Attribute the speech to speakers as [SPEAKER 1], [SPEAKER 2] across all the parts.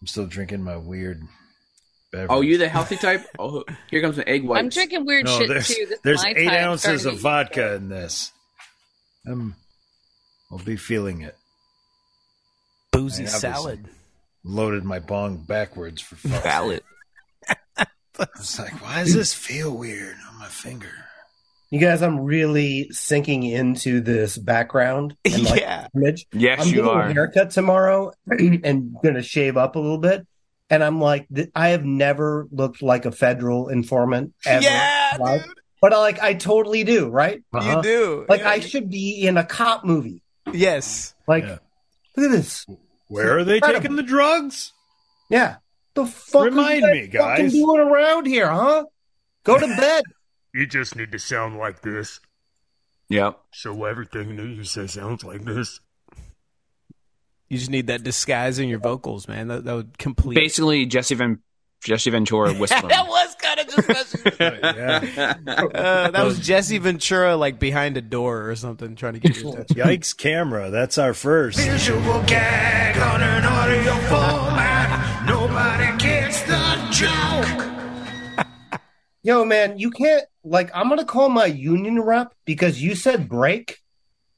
[SPEAKER 1] I'm still drinking my weird beverage.
[SPEAKER 2] Oh, you the healthy type? Oh, here comes an egg white.
[SPEAKER 3] I'm drinking weird
[SPEAKER 1] no,
[SPEAKER 3] shit
[SPEAKER 1] there's,
[SPEAKER 3] too. This
[SPEAKER 1] there's
[SPEAKER 3] Mai
[SPEAKER 1] eight
[SPEAKER 3] Tai I'm
[SPEAKER 1] ounces
[SPEAKER 3] starting
[SPEAKER 1] of
[SPEAKER 3] to-
[SPEAKER 1] vodka in this. I'm, I'll be feeling it.
[SPEAKER 4] Boozy
[SPEAKER 1] I obviously-
[SPEAKER 4] salad.
[SPEAKER 1] Loaded my bong backwards for fun.
[SPEAKER 2] Ballot.
[SPEAKER 1] It's like, why does this feel weird on my finger?
[SPEAKER 5] You guys, I'm really sinking into this background and like
[SPEAKER 4] yeah.
[SPEAKER 5] image.
[SPEAKER 2] Yes,
[SPEAKER 5] I'm
[SPEAKER 2] you
[SPEAKER 5] getting
[SPEAKER 2] are.
[SPEAKER 5] a haircut tomorrow and gonna shave up a little bit. And I'm like, th- I have never looked like a federal informant ever.
[SPEAKER 4] Yeah,
[SPEAKER 5] in my life.
[SPEAKER 4] dude.
[SPEAKER 5] But uh, like, I totally do, right?
[SPEAKER 4] You
[SPEAKER 1] Uh-huh.
[SPEAKER 4] do.
[SPEAKER 5] Like,
[SPEAKER 4] Yeah.
[SPEAKER 5] I should be in a cop movie.
[SPEAKER 4] Yes.
[SPEAKER 5] Like,
[SPEAKER 1] Yeah.
[SPEAKER 5] look at this.
[SPEAKER 1] Where are they
[SPEAKER 5] Incredible.
[SPEAKER 1] taking the drugs?
[SPEAKER 5] Yeah. The fuck are you
[SPEAKER 1] Remind
[SPEAKER 5] guys
[SPEAKER 1] me,
[SPEAKER 5] fucking
[SPEAKER 1] guys.
[SPEAKER 5] doing around here, huh? Go to bed.
[SPEAKER 6] You just need to sound like this,
[SPEAKER 2] Yep.
[SPEAKER 6] so everything that you say sounds like this.
[SPEAKER 4] You just need that disguise in your vocals, man. That, that would complete.
[SPEAKER 2] Basically, Jesse Van Jesse Ventura whistling.
[SPEAKER 4] that was kind of just.
[SPEAKER 1] Yeah.
[SPEAKER 4] uh, that was Jesse Ventura, like behind a door or something, trying to get your attention.
[SPEAKER 1] Yikes, camera. That's our first.
[SPEAKER 6] Visual gag on an audio format. Nobody gets the joke.
[SPEAKER 5] Yo, man, you can't like I'm gonna call my union rep because you said break.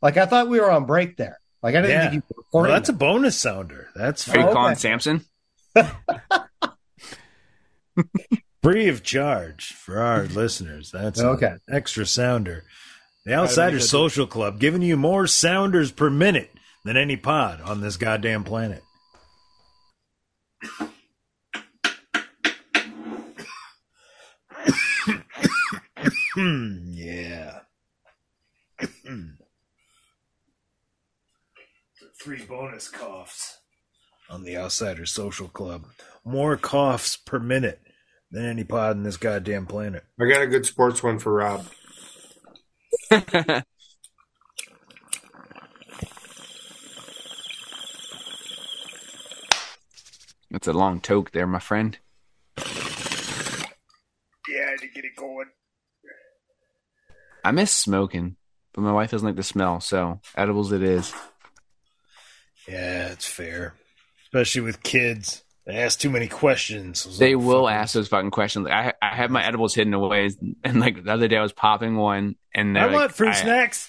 [SPEAKER 5] Like I thought we were on break there. Like I didn't
[SPEAKER 1] Yeah.
[SPEAKER 5] think you were
[SPEAKER 1] Well,
[SPEAKER 5] recording.
[SPEAKER 1] that's a bonus sounder. That's
[SPEAKER 2] Are you
[SPEAKER 5] Oh,
[SPEAKER 2] calling
[SPEAKER 5] okay.
[SPEAKER 2] Samson?
[SPEAKER 1] free of charge for our listeners. That's okay.
[SPEAKER 5] Okay.
[SPEAKER 1] extra sounder. The Outsider Social Club giving you more sounders per minute than any pod on this goddamn planet. yeah. Three bonus coughs on the Outsider Social Club. More coughs per minute than any pod on this goddamn planet.
[SPEAKER 7] I got a good sports one for Rob.
[SPEAKER 2] That's a long toke there, my friend.
[SPEAKER 1] Yeah, to get it going.
[SPEAKER 2] I miss smoking, but my wife doesn't like the smell, so edibles it is.
[SPEAKER 1] Yeah, it's fair. Especially with kids. They ask too many questions. It's
[SPEAKER 2] They
[SPEAKER 1] like,
[SPEAKER 2] will
[SPEAKER 1] fuck.
[SPEAKER 2] ask those fucking questions. I I have my edibles hidden away, and like the other day I was popping one, and
[SPEAKER 1] I
[SPEAKER 2] they're like,
[SPEAKER 1] want fruit
[SPEAKER 2] I,
[SPEAKER 1] snacks.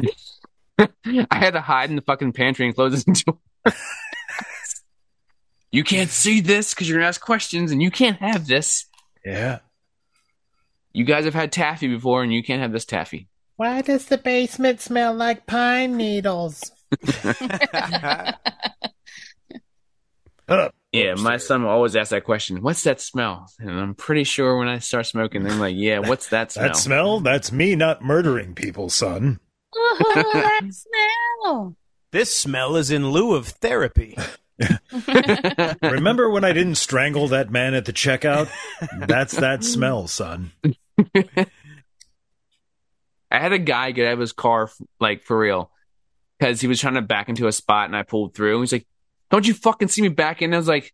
[SPEAKER 2] I had to hide in the fucking pantry and close the door. you can't see this because you're gonna ask questions, and you can't have this.
[SPEAKER 1] Yeah.
[SPEAKER 2] You guys have had taffy before, and you can't have this taffy.
[SPEAKER 8] Why does the basement smell like pine needles?
[SPEAKER 1] Up.
[SPEAKER 2] Yeah, my son will always ask that question. What's that smell? And I'm pretty sure when I start smoking, they're like, "Yeah, what's that smell?"
[SPEAKER 1] That smell? That's me not murdering people, son.
[SPEAKER 3] Ooh, Oh, that smell.
[SPEAKER 4] This smell is in lieu of therapy.
[SPEAKER 1] Remember when I didn't strangle that man at the checkout? That's that smell, son.
[SPEAKER 2] I had a guy get out of his car, f- like for real, because he was trying to back into a spot, and I pulled through. He's like, "Don't you fucking see me back in?" I was like,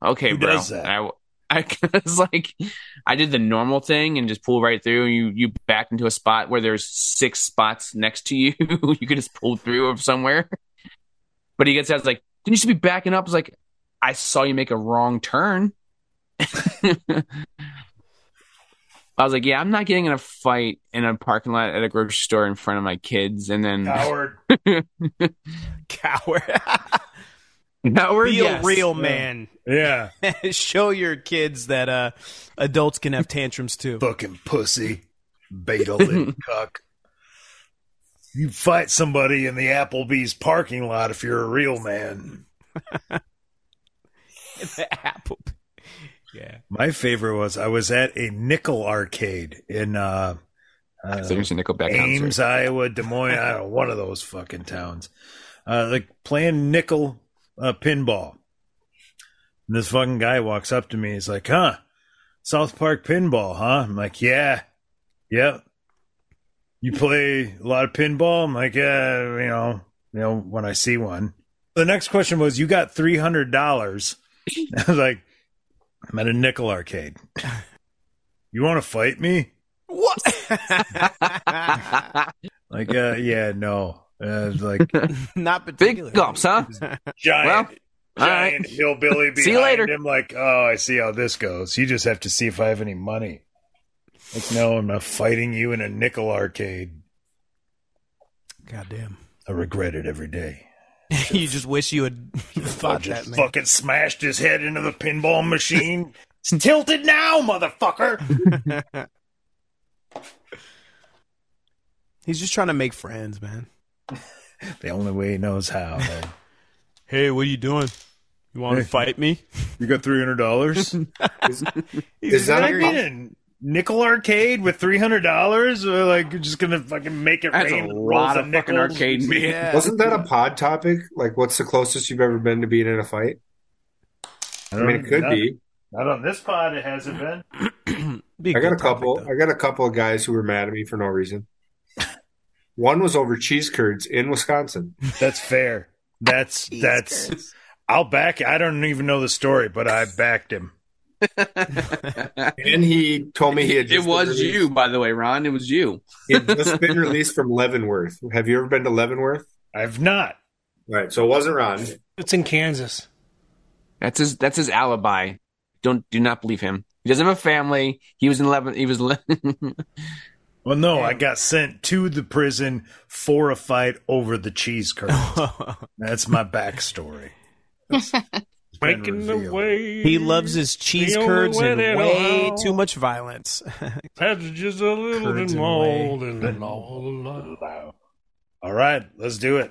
[SPEAKER 2] "Okay,
[SPEAKER 1] Who
[SPEAKER 2] bro."
[SPEAKER 1] does that?
[SPEAKER 2] I, I was like, I did the normal thing and just pull right through. You you backed into a spot where there's six spots next to you. you could just pull through of somewhere. But he gets out. he's like, "Didn't you should be backing up?" I was like, "I saw you make a wrong turn." I was like, yeah, I'm not getting in a fight in a parking lot at a grocery store in front of my kids. And then
[SPEAKER 4] Uh,
[SPEAKER 1] Howard.
[SPEAKER 4] Coward.
[SPEAKER 2] now we're
[SPEAKER 4] Be
[SPEAKER 2] yes.
[SPEAKER 4] a real man.
[SPEAKER 1] Yeah.
[SPEAKER 4] Show your kids that uh, adults can have tantrums too.
[SPEAKER 1] Fucking pussy. Beta lip cuck. You fight somebody in the Applebee's parking lot if you're a real man.
[SPEAKER 4] Apple. Yeah.
[SPEAKER 1] My favorite was I was at a nickel arcade in uh,
[SPEAKER 2] I
[SPEAKER 1] uh
[SPEAKER 2] think it's a Nickelback
[SPEAKER 1] Ames,
[SPEAKER 2] concert.
[SPEAKER 1] Iowa, Des Moines, Iowa, one of those fucking towns. Uh like playing nickel uh, pinball. And this fucking guy walks up to me, he's like, huh? South Park pinball, huh? I'm like, yeah. Yep. You play a lot of pinball? I'm like, yeah, you know, you know, when I see one. The next question was, you got three hundred dollars. I was like, I'm at a nickel arcade. You want to fight me?
[SPEAKER 4] What?
[SPEAKER 1] Like, uh, yeah, no. Uh, like
[SPEAKER 4] Not particularly.
[SPEAKER 2] Big gulps, huh? Well,
[SPEAKER 1] giant giant hillbilly behind
[SPEAKER 2] See you later.
[SPEAKER 1] him, like, oh, I see how this goes. You just have to see if I have any money. Like, no, I'm not fighting you in a nickel arcade.
[SPEAKER 4] Goddamn.
[SPEAKER 1] I regret it every day.
[SPEAKER 4] you just wish you had
[SPEAKER 1] I
[SPEAKER 4] fought that
[SPEAKER 1] just
[SPEAKER 4] man.
[SPEAKER 1] fucking smashed his head into the pinball machine. it's tilted now, motherfucker.
[SPEAKER 4] He's just trying to make friends, man.
[SPEAKER 1] the only way he knows how. man.
[SPEAKER 4] Hey, what are you doing? You want
[SPEAKER 1] Hey.
[SPEAKER 4] fight me?
[SPEAKER 1] You got three hundred dollars.
[SPEAKER 7] Is
[SPEAKER 1] I
[SPEAKER 7] that a
[SPEAKER 1] mean, in nickel arcade with three hundred dollars, or like you're just gonna fucking make it
[SPEAKER 2] That's a
[SPEAKER 1] rain? with rolls
[SPEAKER 2] lot of fucking
[SPEAKER 1] nickels?
[SPEAKER 2] arcade man.
[SPEAKER 4] Yeah.
[SPEAKER 7] Wasn't that a pod topic? Like, what's the closest you've ever been to being in a fight? I mean, it could
[SPEAKER 1] Um, not,
[SPEAKER 7] be.
[SPEAKER 1] Not on this pod, it hasn't been.
[SPEAKER 4] Be
[SPEAKER 7] I got a
[SPEAKER 4] good topic,
[SPEAKER 7] couple.
[SPEAKER 4] though.
[SPEAKER 7] I got a couple of guys who were mad at me for no reason. One was over cheese curds in Wisconsin.
[SPEAKER 1] That's fair. That's that's. I'll back. I don't even know the story, but I backed him.
[SPEAKER 7] And he told me he had
[SPEAKER 2] It
[SPEAKER 7] just
[SPEAKER 2] was
[SPEAKER 7] been
[SPEAKER 2] you, by the way, Ron. It was you.
[SPEAKER 7] He had just been released from Leavenworth. Have you ever been to Leavenworth?
[SPEAKER 1] I've not.
[SPEAKER 7] All right, so it wasn't Ron.
[SPEAKER 9] It's in Kansas.
[SPEAKER 2] That's his. That's his alibi. Don't do not believe him. He doesn't have a family. He was in eleven. He was. le-
[SPEAKER 1] Well, no, I got sent to the prison for a fight over the cheese curds. That's my backstory. It's been
[SPEAKER 9] Making the
[SPEAKER 1] revealed.
[SPEAKER 9] way.
[SPEAKER 4] He loves his cheese
[SPEAKER 9] The only
[SPEAKER 4] curds
[SPEAKER 9] way
[SPEAKER 4] and
[SPEAKER 9] that'll
[SPEAKER 4] way
[SPEAKER 9] help.
[SPEAKER 4] too much violence.
[SPEAKER 9] That's just a little
[SPEAKER 4] Curds
[SPEAKER 9] bit
[SPEAKER 4] and
[SPEAKER 9] more than all love.
[SPEAKER 1] All right, let's do it.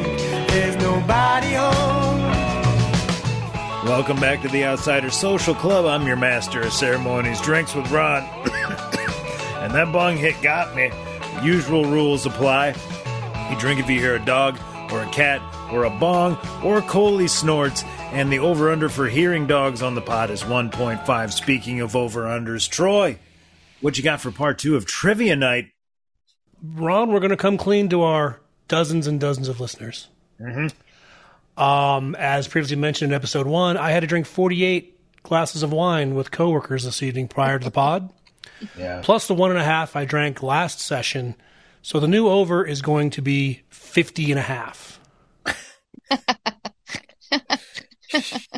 [SPEAKER 6] There's nobody home.
[SPEAKER 1] Welcome back to the Outsider Social Club. I'm your master of ceremonies, drinks with Ron. and that bong hit got me. Usual rules apply. You drink if you hear a dog or a cat or a bong or Coley snorts. And the over under for hearing dogs on the pod is 1.5. Speaking of over unders, Troy, what you got for part two of Trivia Night?
[SPEAKER 9] Ron, we're going to come clean to our dozens and dozens of listeners. Um, as previously mentioned in episode one, I had to drink 48 glasses of wine with coworkers this evening prior to the pod,
[SPEAKER 1] Yeah.
[SPEAKER 9] plus the one and a half I drank last session. So the new over is going to be 50 and a half.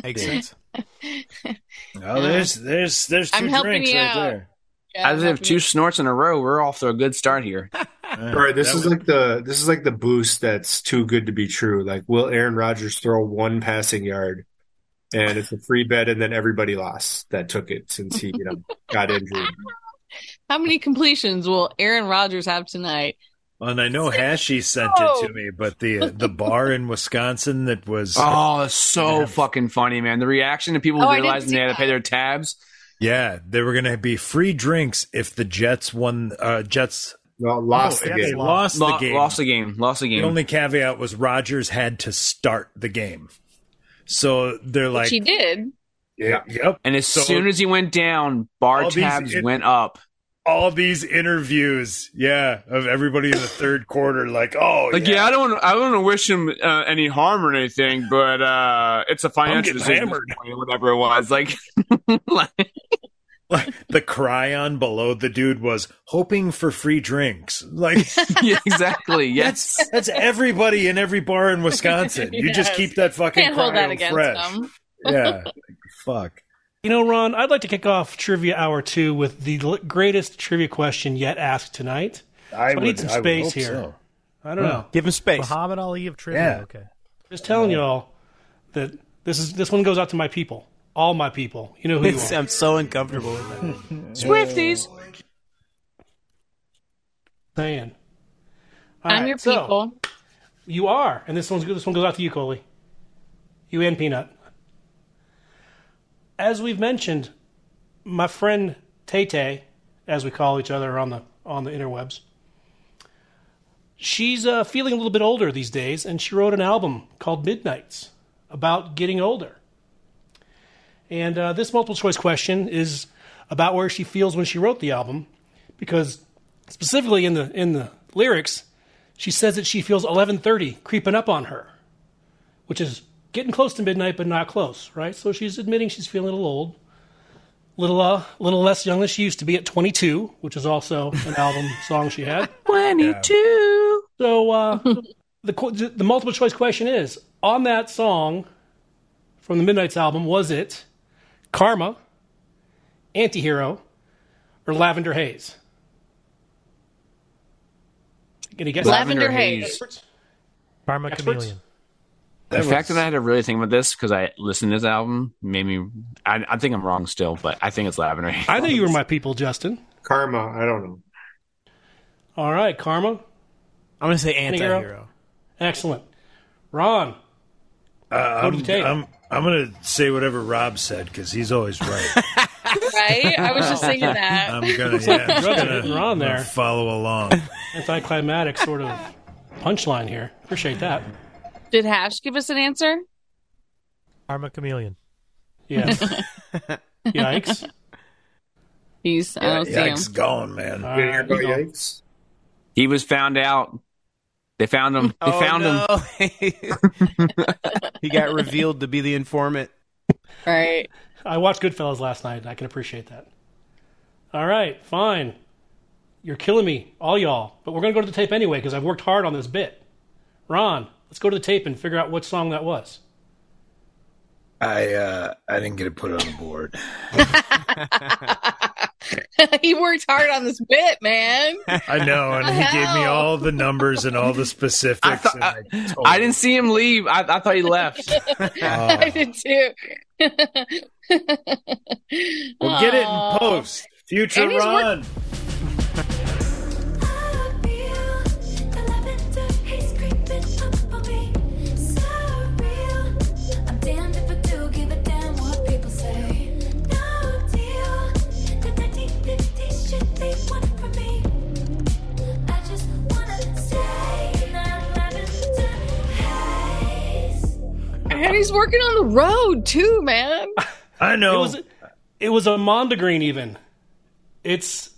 [SPEAKER 4] Makes sense.
[SPEAKER 1] Oh, there's there's there's 2
[SPEAKER 3] Mm-hmm. I'm helping
[SPEAKER 1] drinks
[SPEAKER 3] you
[SPEAKER 1] right
[SPEAKER 3] out.
[SPEAKER 1] there.
[SPEAKER 3] Yeah,
[SPEAKER 2] As if two snorts in a row, we're off to a good start here.
[SPEAKER 7] All right, this
[SPEAKER 1] That
[SPEAKER 7] is
[SPEAKER 1] was-
[SPEAKER 7] like the this is like the boost that's too good to be true. Like, will Aaron Rodgers throw one passing yard, and it's a free bet, and then everybody lost that took it since he you know got injured.
[SPEAKER 3] How many completions will Aaron Rodgers have tonight?
[SPEAKER 1] Well, And I know Hashi sent it to me, but the uh, the bar in Wisconsin that was
[SPEAKER 2] Oh, that's so fucking funny, man. The reaction to people
[SPEAKER 3] Oh, I didn't
[SPEAKER 2] realizing
[SPEAKER 3] see
[SPEAKER 2] they had to
[SPEAKER 3] that.
[SPEAKER 2] pay their tabs.
[SPEAKER 1] yeah, they were going to be free drinks if the Jets won. Uh, Jets
[SPEAKER 7] Well, lost
[SPEAKER 1] Oh, yeah,
[SPEAKER 7] the
[SPEAKER 1] they
[SPEAKER 7] game.
[SPEAKER 1] lost
[SPEAKER 2] Lo-
[SPEAKER 1] the game.
[SPEAKER 2] Lost the game. Lost the
[SPEAKER 1] the
[SPEAKER 2] game.
[SPEAKER 1] only caveat was Rogers had to start the game, so they're like,
[SPEAKER 3] Which he did.
[SPEAKER 1] yeah, yep.
[SPEAKER 2] and as
[SPEAKER 1] So-
[SPEAKER 2] soon as he went down, bar
[SPEAKER 1] All these-
[SPEAKER 2] tabs
[SPEAKER 1] it-
[SPEAKER 2] went up.
[SPEAKER 1] All these interviews, yeah, of everybody in the third quarter, like, oh,
[SPEAKER 2] Like, yeah, I don't, wanna- I don't want to wish him uh, any harm or anything, but uh, it's a financial
[SPEAKER 1] getting
[SPEAKER 2] decision,
[SPEAKER 1] hammered.
[SPEAKER 2] or whatever it was. Like, like,
[SPEAKER 1] Like, the cryon below the dude was hoping for free drinks, like.
[SPEAKER 2] yeah, exactly. Yes,
[SPEAKER 1] That's that's everybody in every bar in Wisconsin. You just
[SPEAKER 3] Yes.
[SPEAKER 1] keep that fucking
[SPEAKER 3] Can't hold that
[SPEAKER 1] cryo
[SPEAKER 3] against
[SPEAKER 1] fresh.
[SPEAKER 3] him.
[SPEAKER 1] yeah. Fuck.
[SPEAKER 9] You know, Ron, I'd like to kick off Trivia Hour 2 with the l- greatest trivia question yet asked tonight.
[SPEAKER 1] I
[SPEAKER 9] So I need some space here. I don't know.
[SPEAKER 4] Give him space.
[SPEAKER 10] Muhammad Ali of trivia.
[SPEAKER 1] Yeah.
[SPEAKER 10] Okay.
[SPEAKER 9] Just telling y'all that this is this one goes out to my people, all my people. You know who you
[SPEAKER 4] It's-
[SPEAKER 9] are.
[SPEAKER 4] I'm so uncomfortable with that.
[SPEAKER 2] Swifties.
[SPEAKER 9] Saying. All
[SPEAKER 3] I'm
[SPEAKER 9] right,
[SPEAKER 3] your
[SPEAKER 9] so,
[SPEAKER 3] people.
[SPEAKER 9] You are, and this one's good. This one goes out to you, Coley. You and Peanut. As we've mentioned, my friend Tay Tay, as we call each other on the on the interwebs, she's uh, feeling a little bit older these days, and she wrote an album called Midnights about getting older. And uh, this multiple choice question is about where she feels when she wrote the album, because specifically in the in the lyrics, she says that she feels 11:30 creeping up on her, which is getting close to midnight but not close, right? So she's admitting she's feeling a little old, little uh, little less young than she used to be at 22, which is also an album song she had.
[SPEAKER 2] 22.
[SPEAKER 9] So uh, the qu- the multiple choice question is on that song from the Midnight's album was it Karma, Antihero, or Lavender Haze? Any guesses?
[SPEAKER 3] Lavender Haze.
[SPEAKER 9] Karma
[SPEAKER 3] Chameleon.
[SPEAKER 2] The fact that I had to really think about this because I listened to this album made me. I, I think I'm wrong still, but I think it's Lavender. Haze.
[SPEAKER 9] I know you were my people, Justin.
[SPEAKER 7] Karma. I don't know.
[SPEAKER 9] All right, Karma.
[SPEAKER 4] I'm gonna say
[SPEAKER 9] Antihero.
[SPEAKER 4] anti-hero.
[SPEAKER 9] Excellent. Ron.
[SPEAKER 1] Uh,
[SPEAKER 9] do
[SPEAKER 1] I'm,
[SPEAKER 9] you take?
[SPEAKER 1] I'm, I'm going to say whatever Rob said because he's always right.
[SPEAKER 3] Right? I was just thinking that.
[SPEAKER 1] I'm going to yeah, I'm
[SPEAKER 9] Drugs
[SPEAKER 1] gonna-
[SPEAKER 9] hitting Ron
[SPEAKER 1] I'm gonna
[SPEAKER 9] there.
[SPEAKER 1] follow along.
[SPEAKER 9] Anticlimactic sort of punchline here. Appreciate that.
[SPEAKER 3] Did Hash give us an answer?
[SPEAKER 11] Karma Chameleon.
[SPEAKER 9] Yeah. Yikes.
[SPEAKER 3] He's I don't see him.
[SPEAKER 1] Yikes, gone, man.
[SPEAKER 9] All
[SPEAKER 7] You hear
[SPEAKER 9] right.
[SPEAKER 7] about Yikes?
[SPEAKER 2] He was found out. They found him. They
[SPEAKER 1] Oh,
[SPEAKER 2] found him.
[SPEAKER 4] him. he got revealed to be the informant.
[SPEAKER 3] Right.
[SPEAKER 9] I watched Goodfellas last night. I can appreciate that. All right, fine. You're killing me, all y'all. But we're going to go to the tape anyway because I've worked hard on this bit. Ron, let's go to the tape and figure out what song that was.
[SPEAKER 1] I uh, I didn't get to put it on the board.
[SPEAKER 3] he worked hard on this bit, man.
[SPEAKER 1] I know, and he gave me
[SPEAKER 3] Hell.
[SPEAKER 1] all the numbers and all the specifics.
[SPEAKER 2] I, thought,
[SPEAKER 1] and
[SPEAKER 2] I,
[SPEAKER 1] I told
[SPEAKER 2] I didn't see him leave. I, I thought he left.
[SPEAKER 1] Uh.
[SPEAKER 3] I did too.
[SPEAKER 1] Well, get it
[SPEAKER 3] Aw.
[SPEAKER 1] in post. Future
[SPEAKER 3] And he's wor-
[SPEAKER 1] Ron.
[SPEAKER 3] And he's working on the road too, man.
[SPEAKER 1] I
[SPEAKER 9] It
[SPEAKER 1] know.
[SPEAKER 9] was it was a Mondegreen even. It's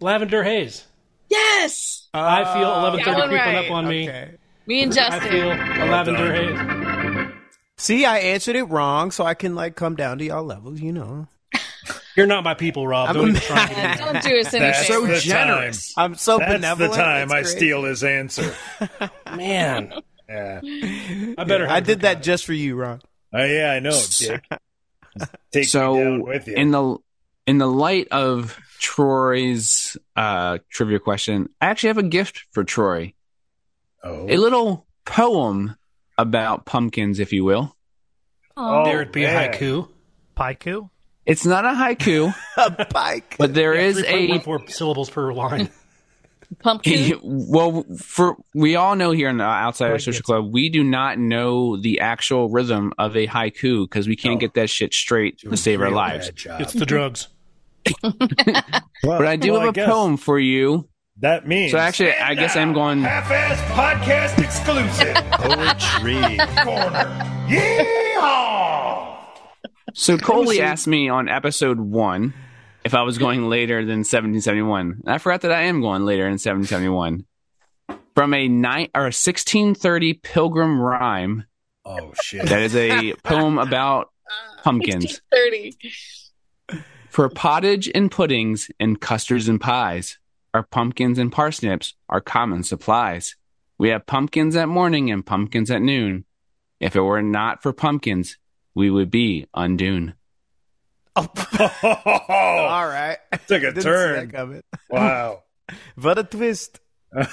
[SPEAKER 9] Lavender Haze.
[SPEAKER 3] Yes.
[SPEAKER 9] I feel
[SPEAKER 11] Ah.
[SPEAKER 9] 11:30
[SPEAKER 3] that one
[SPEAKER 9] creeping
[SPEAKER 3] right.
[SPEAKER 9] up on me.
[SPEAKER 4] Okay.
[SPEAKER 3] Me and
[SPEAKER 9] I
[SPEAKER 3] Justin.
[SPEAKER 9] feel a Lavender Haze.
[SPEAKER 4] See, I answered it wrong, so I can like come down to y'all levels, you know.
[SPEAKER 9] You're not my people, Rob.
[SPEAKER 4] I'm
[SPEAKER 9] Don't
[SPEAKER 4] a
[SPEAKER 9] even try.
[SPEAKER 3] Yeah, don't do us any
[SPEAKER 1] That's
[SPEAKER 3] favors.
[SPEAKER 1] the
[SPEAKER 2] generous.
[SPEAKER 1] Time.
[SPEAKER 4] I'm so
[SPEAKER 1] That's the
[SPEAKER 4] benevolent.
[SPEAKER 1] time
[SPEAKER 4] It's
[SPEAKER 1] I
[SPEAKER 4] great.
[SPEAKER 1] steal his answer.
[SPEAKER 9] Man,
[SPEAKER 1] Yeah,
[SPEAKER 9] I better.
[SPEAKER 4] I did that just for you, Ron.
[SPEAKER 1] Uh, yeah, I know. Dick. Take me down
[SPEAKER 2] so
[SPEAKER 1] with you.
[SPEAKER 2] in the in the light of Troy's uh, trivia question, I actually have a gift for Troy.
[SPEAKER 1] oh,
[SPEAKER 2] A little poem about pumpkins, if you will.
[SPEAKER 1] Oh,
[SPEAKER 3] Aw.
[SPEAKER 9] There it be a
[SPEAKER 1] man.
[SPEAKER 9] haiku.
[SPEAKER 11] Paiku?
[SPEAKER 2] It's not a haiku,
[SPEAKER 4] A bike.
[SPEAKER 2] but there is a
[SPEAKER 9] 3.14 syllables per line.
[SPEAKER 3] Pumpkin.
[SPEAKER 2] well for we all know here in the outside
[SPEAKER 11] Right,
[SPEAKER 2] of social
[SPEAKER 11] yes.
[SPEAKER 2] club we do not know the actual rhythm of a haiku because we can't get that shit straight to save our
[SPEAKER 1] Real
[SPEAKER 2] lives
[SPEAKER 1] bad job.
[SPEAKER 9] It's the drugs.
[SPEAKER 2] but i do
[SPEAKER 1] Well,
[SPEAKER 2] have a
[SPEAKER 1] guess
[SPEAKER 2] poem for you
[SPEAKER 1] That means
[SPEAKER 2] so actually i guess i'm going
[SPEAKER 6] Half-ass podcast exclusive.
[SPEAKER 1] poetry.
[SPEAKER 6] Corner. Yeehaw!
[SPEAKER 2] so coley asked me on episode one if i was going later than 1771 and i forgot that i am going later in 1771 from a night or a 1630 pilgrim rhyme
[SPEAKER 1] oh shit!
[SPEAKER 2] that is a poem about pumpkins
[SPEAKER 3] 30.
[SPEAKER 2] For pottage and puddings and custards and pies, our pumpkins and parsnips are common supplies. We have pumpkins at morning and pumpkins at noon. If it were not for pumpkins, we would be undone.
[SPEAKER 4] All right.
[SPEAKER 1] Oh. Took a
[SPEAKER 4] Didn't see
[SPEAKER 1] turn.
[SPEAKER 4] that coming.
[SPEAKER 1] Wow.
[SPEAKER 4] What a twist.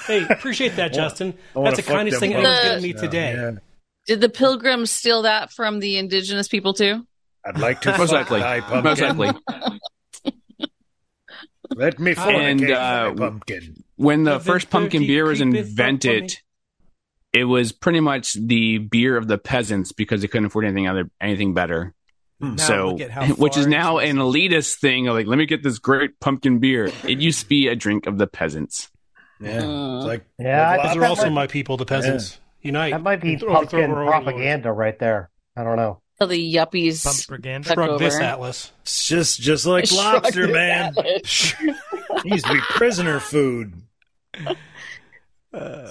[SPEAKER 9] Hey, appreciate that, Justin.
[SPEAKER 1] I wanna
[SPEAKER 9] That's the
[SPEAKER 1] fuck
[SPEAKER 9] kindest
[SPEAKER 1] them
[SPEAKER 9] thing anyone's
[SPEAKER 3] pumpkins.
[SPEAKER 9] given me
[SPEAKER 1] Yeah,
[SPEAKER 9] today.
[SPEAKER 1] yeah.
[SPEAKER 3] Did the pilgrims steal that from the indigenous people too?
[SPEAKER 1] I'd like to
[SPEAKER 2] Most
[SPEAKER 1] fuck
[SPEAKER 2] likely.
[SPEAKER 1] thy pumpkin.
[SPEAKER 2] Most likely.
[SPEAKER 1] Let me
[SPEAKER 2] And,
[SPEAKER 1] fornicate
[SPEAKER 2] uh,
[SPEAKER 1] thy pumpkin.
[SPEAKER 2] When the
[SPEAKER 9] Does it
[SPEAKER 2] first pumpkin
[SPEAKER 9] perky
[SPEAKER 2] beer was
[SPEAKER 9] creepeth up on me?
[SPEAKER 2] invented, it was pretty much the beer of the peasants because they couldn't afford anything other anything better.
[SPEAKER 4] Now
[SPEAKER 2] so,
[SPEAKER 4] look at how
[SPEAKER 2] which is
[SPEAKER 4] far
[SPEAKER 2] now
[SPEAKER 4] it's-
[SPEAKER 2] an elitist thing. Like, let me get this great pumpkin beer. It used to be a drink of the peasants.
[SPEAKER 1] Yeah, it's like
[SPEAKER 5] Yeah, I
[SPEAKER 9] Those
[SPEAKER 1] Those
[SPEAKER 5] think
[SPEAKER 9] are
[SPEAKER 5] that
[SPEAKER 9] also
[SPEAKER 5] might-
[SPEAKER 9] my people, the peasants. Unite.
[SPEAKER 5] That might be
[SPEAKER 9] Throw- throw
[SPEAKER 5] pumpkin
[SPEAKER 9] her overlord.
[SPEAKER 5] propaganda right there. I don't know.
[SPEAKER 3] Till the yuppies
[SPEAKER 11] propaganda.
[SPEAKER 3] took over.
[SPEAKER 1] It's just just like
[SPEAKER 3] Shrug
[SPEAKER 1] lobster,
[SPEAKER 3] this
[SPEAKER 1] man.
[SPEAKER 3] atlas.
[SPEAKER 1] He used to be prisoner food.
[SPEAKER 4] Uh,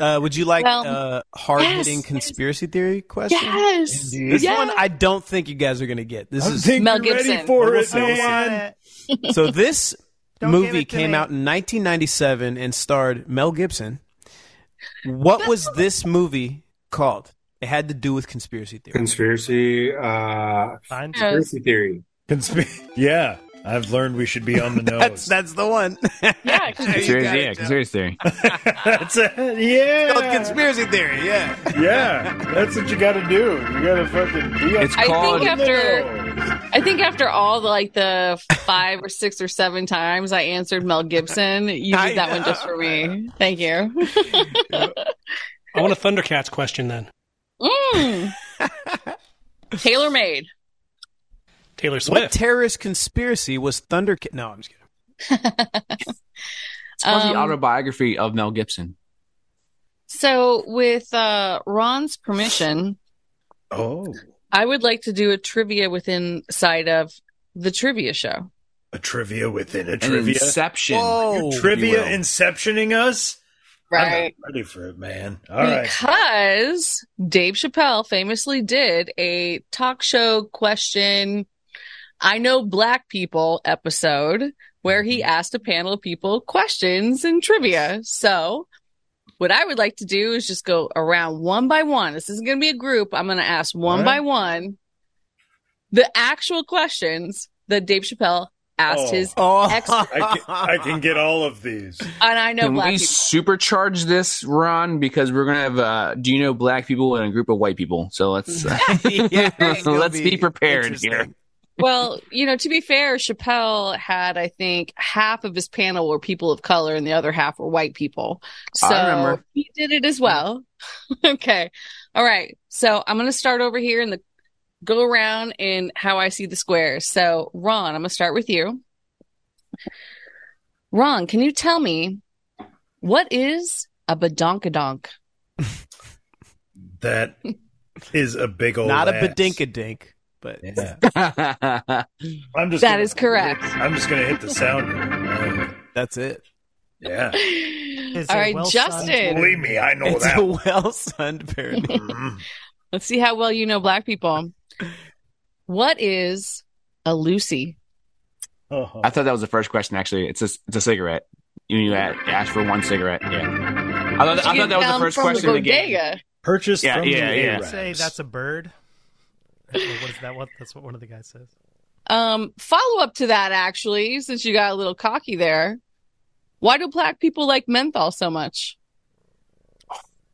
[SPEAKER 4] uh, would you like
[SPEAKER 3] Well,
[SPEAKER 4] uh, hard hitting
[SPEAKER 3] yes.
[SPEAKER 4] conspiracy theory question?
[SPEAKER 3] Yes. Indeed.
[SPEAKER 4] This
[SPEAKER 3] Yes.
[SPEAKER 4] one I don't think you guys are going to get. This
[SPEAKER 1] I
[SPEAKER 4] is
[SPEAKER 1] think
[SPEAKER 3] Mel
[SPEAKER 1] you're ready
[SPEAKER 3] Gibson.
[SPEAKER 1] for
[SPEAKER 4] We'll
[SPEAKER 1] it,
[SPEAKER 4] see, we'll see.
[SPEAKER 1] man.
[SPEAKER 4] so this
[SPEAKER 11] Don't give
[SPEAKER 4] movie
[SPEAKER 11] it to
[SPEAKER 4] came
[SPEAKER 11] me.
[SPEAKER 4] out in 1997 and starred Mel Gibson. What was this movie called? It had to do with conspiracy theory.
[SPEAKER 7] Conspiracy. Uh,
[SPEAKER 11] Fine.
[SPEAKER 7] conspiracy theory.
[SPEAKER 1] Consp- yeah, I've learned we should be on the
[SPEAKER 4] That's
[SPEAKER 1] nose.
[SPEAKER 4] that's the one.
[SPEAKER 3] yeah,
[SPEAKER 2] Conspiracy,
[SPEAKER 4] got it,
[SPEAKER 2] yeah,
[SPEAKER 4] Joe.
[SPEAKER 2] conspiracy theory.
[SPEAKER 1] That's it. Yeah.
[SPEAKER 4] Called conspiracy theory. Yeah.
[SPEAKER 1] yeah, that's what you got to do. You got to fucking be on
[SPEAKER 2] It's
[SPEAKER 1] the
[SPEAKER 3] I
[SPEAKER 2] called.
[SPEAKER 3] think after
[SPEAKER 1] nose.
[SPEAKER 3] I think after all the like the five or six or seven times I answered Mel Gibson, you
[SPEAKER 4] I
[SPEAKER 3] did that one
[SPEAKER 4] know.
[SPEAKER 3] just for me. Thank you.
[SPEAKER 9] I want a Thundercats question then.
[SPEAKER 3] Mm. Tailor made.
[SPEAKER 9] Taylor Swift.
[SPEAKER 4] What terrorist conspiracy was Thunder? No, I'm just kidding.
[SPEAKER 2] It's called the
[SPEAKER 3] Um,
[SPEAKER 2] autobiography of Mel Gibson.
[SPEAKER 3] So with uh, Ron's permission,
[SPEAKER 1] Oh,
[SPEAKER 3] I would like to do a trivia within side of the trivia show.
[SPEAKER 1] a trivia within a
[SPEAKER 2] An
[SPEAKER 1] trivia.
[SPEAKER 2] inception.
[SPEAKER 4] Whoa.
[SPEAKER 2] if you
[SPEAKER 1] trivia
[SPEAKER 2] will.
[SPEAKER 1] inceptioning us?
[SPEAKER 3] Right.
[SPEAKER 1] I'm not ready for it, man. All right.
[SPEAKER 3] because Dave Chappelle famously did a talk show question, I know black people episode where he
[SPEAKER 1] Mm-hmm.
[SPEAKER 3] asked a panel of people questions and trivia. So, what I would like to do is just go around one by one. This isn't going to be a group. I'm going to ask one
[SPEAKER 1] All right.
[SPEAKER 3] by one the actual questions that Dave Chappelle asked
[SPEAKER 1] Oh.
[SPEAKER 3] his,
[SPEAKER 4] Oh,
[SPEAKER 3] Extra-
[SPEAKER 1] I can, I can get all of these.
[SPEAKER 3] and I know
[SPEAKER 2] Can we
[SPEAKER 3] black people.
[SPEAKER 2] supercharge this, Ron? Because we're gonna have uh, do you know black people and a group of white people. So let's uh,
[SPEAKER 4] Yeah, it's gonna
[SPEAKER 2] let's be, prepared here.
[SPEAKER 4] interesting.
[SPEAKER 3] Well, you know, to be fair, Chappelle had, I think, half of his panel were people of color and the other half were white people. So
[SPEAKER 2] I remember.
[SPEAKER 3] he did it as well. okay. All right. So I'm going to start over here and the go around in how I see the squares. So, Ron, I'm going to start with you. Ron, can you tell me what is a badonkadonk?
[SPEAKER 1] That is a big old
[SPEAKER 4] Not a
[SPEAKER 1] ass.
[SPEAKER 4] badinkadink, but
[SPEAKER 1] Yeah.
[SPEAKER 2] That's
[SPEAKER 1] I'm just
[SPEAKER 3] That
[SPEAKER 1] gonna-
[SPEAKER 3] is correct.
[SPEAKER 1] I'm just gonna hit the sound. Um,
[SPEAKER 4] that's it.
[SPEAKER 1] yeah.
[SPEAKER 3] All
[SPEAKER 11] a
[SPEAKER 3] right,
[SPEAKER 11] well-sunned
[SPEAKER 3] Justin.
[SPEAKER 1] Believe me, I know
[SPEAKER 4] It's
[SPEAKER 1] that.
[SPEAKER 4] a well-sunned parody.
[SPEAKER 1] Mhm.
[SPEAKER 3] Let's see how well you know black people. What is a Lucy?
[SPEAKER 1] Oh,
[SPEAKER 2] I thought that was the first question. Actually, it's a it's a cigarette. You knew that. You asked for one cigarette. Yeah. I thought, I thought that was the first question of the game.
[SPEAKER 1] Purchased
[SPEAKER 2] Yeah,
[SPEAKER 1] from
[SPEAKER 2] yeah,
[SPEAKER 1] the
[SPEAKER 2] yeah.
[SPEAKER 1] Arabs.
[SPEAKER 11] Say that's a bird. Or what is that? What that's what one of the guys says.
[SPEAKER 3] Um, follow up to that actually, since you got a little cocky there. Why do black people like menthol so much?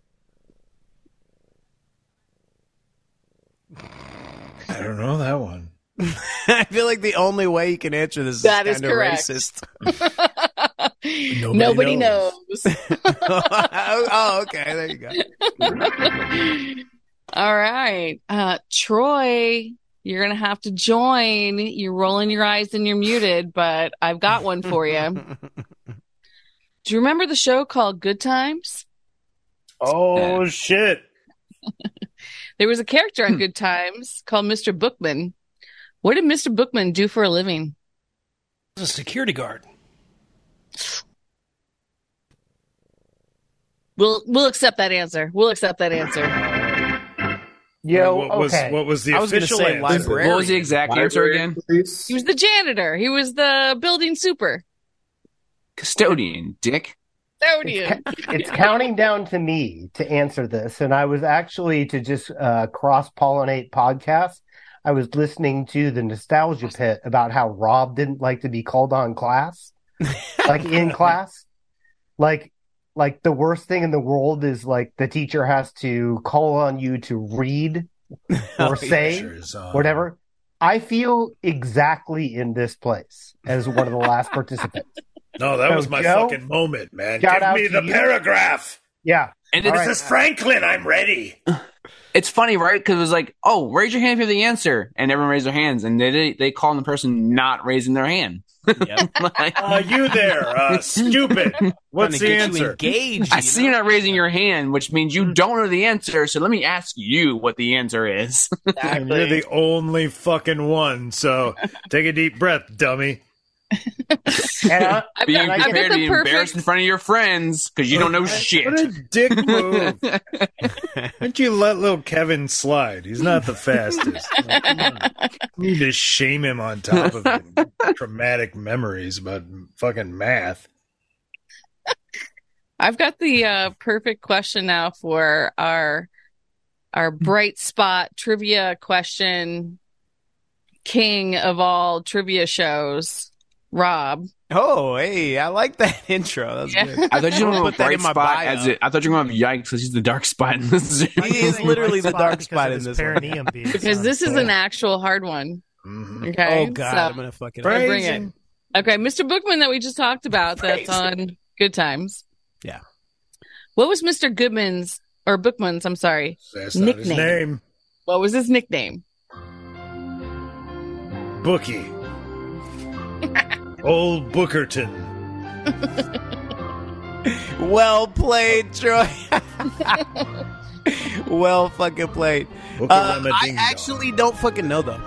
[SPEAKER 1] I don't know that one.
[SPEAKER 4] I feel like the only way you can answer this
[SPEAKER 3] That is
[SPEAKER 4] is kind of
[SPEAKER 3] correct.
[SPEAKER 4] racist.
[SPEAKER 3] Nobody,
[SPEAKER 1] knows.
[SPEAKER 3] knows.
[SPEAKER 4] oh, okay. There you go.
[SPEAKER 3] All right. Uh Troy, you're gonna have to join. You're rolling your eyes and you're muted, but I've got one for you. Do you remember the show called Good Times?
[SPEAKER 1] Oh shit!
[SPEAKER 3] There was a character
[SPEAKER 4] Hmm.
[SPEAKER 3] on Good Times called Mr. Bookman. What did Mr. Bookman do for a living?
[SPEAKER 9] He was a security guard.
[SPEAKER 3] We'll we'll accept that answer. We'll accept that answer.
[SPEAKER 5] Yo,
[SPEAKER 1] what was
[SPEAKER 5] okay.
[SPEAKER 1] what was the
[SPEAKER 4] I was gonna
[SPEAKER 1] official
[SPEAKER 4] say
[SPEAKER 1] answer?
[SPEAKER 4] library.
[SPEAKER 2] What was the exact answer again?
[SPEAKER 7] Please.
[SPEAKER 3] He was the janitor. He was the building super.
[SPEAKER 2] Custodian, Dick.
[SPEAKER 3] Custodian.
[SPEAKER 5] it's counting down to me to answer this, and I was actually to just uh, cross pollinate podcasts. I was listening to the Nostalgia Pit about how Rob didn't like to be called on class, like in class, like like the worst thing in the world is like the teacher has to call on you to read or say
[SPEAKER 1] Pictures, um,
[SPEAKER 5] whatever. I feel exactly in this place as one of the last participants.
[SPEAKER 1] No, that
[SPEAKER 5] So,
[SPEAKER 1] was my
[SPEAKER 5] Joe,
[SPEAKER 1] fucking moment, man.
[SPEAKER 5] shout
[SPEAKER 1] Give
[SPEAKER 5] out
[SPEAKER 1] me
[SPEAKER 5] to
[SPEAKER 1] the
[SPEAKER 5] you.
[SPEAKER 1] paragraph.
[SPEAKER 5] Yeah.
[SPEAKER 2] And
[SPEAKER 5] All
[SPEAKER 2] it's,
[SPEAKER 5] right.
[SPEAKER 1] This is Franklin. I'm ready.
[SPEAKER 2] it's funny, right? Because it was like, oh, raise your hand if you have the answer, and everyone raised their hands, and they they, they called the person not raising their hand.
[SPEAKER 1] Uh, you there, uh, stupid. What's the answer?
[SPEAKER 2] I see you're not raising your hand, which means
[SPEAKER 1] Mm.
[SPEAKER 2] you don't know the answer. So let me ask you what the answer is.
[SPEAKER 1] And you're the only fucking one. So take a deep breath, dummy.
[SPEAKER 2] Being
[SPEAKER 1] I've got- I've got
[SPEAKER 2] prepared to
[SPEAKER 1] the
[SPEAKER 2] be
[SPEAKER 1] perfect-
[SPEAKER 2] embarrassed in front of your friends because you don't know shit.
[SPEAKER 1] What a dick move. Don't you let little Kevin slide? He's not the fastest. Like, come on. You need to shame him on top of it. traumatic memories about fucking math.
[SPEAKER 3] I've got the uh, perfect question now for our our
[SPEAKER 4] Hmm.
[SPEAKER 3] bright spot trivia question king of all trivia shows, Rob.
[SPEAKER 4] Oh, hey, I like that intro. That was
[SPEAKER 3] Yeah.
[SPEAKER 4] good.
[SPEAKER 2] I thought you were
[SPEAKER 4] I'll
[SPEAKER 2] going to
[SPEAKER 4] put that
[SPEAKER 2] bright
[SPEAKER 4] in my
[SPEAKER 2] spot
[SPEAKER 4] bio.
[SPEAKER 2] as it. I thought you were going to have yikes because he's the dark spot in this.
[SPEAKER 4] He is literally the dark spot in this one.
[SPEAKER 3] Because this is an actual hard one.
[SPEAKER 1] Mm-hmm.
[SPEAKER 3] Okay.
[SPEAKER 4] Oh god,
[SPEAKER 3] so-
[SPEAKER 4] I'm gonna fucking
[SPEAKER 3] I bring it. Okay, Mr. Bookman that we just talked about that's on Good Times.
[SPEAKER 4] Yeah.
[SPEAKER 3] What was Mr. Goodman's or Bookman's, I'm sorry,
[SPEAKER 1] That's not his
[SPEAKER 3] nickname?
[SPEAKER 1] name.
[SPEAKER 3] What was his nickname?
[SPEAKER 1] Bookie. Old Bookerton.
[SPEAKER 4] Well played, Troy. well fucking played. Uh,
[SPEAKER 1] Bookerama
[SPEAKER 4] I
[SPEAKER 1] ding dong.
[SPEAKER 4] actually don't fucking know though.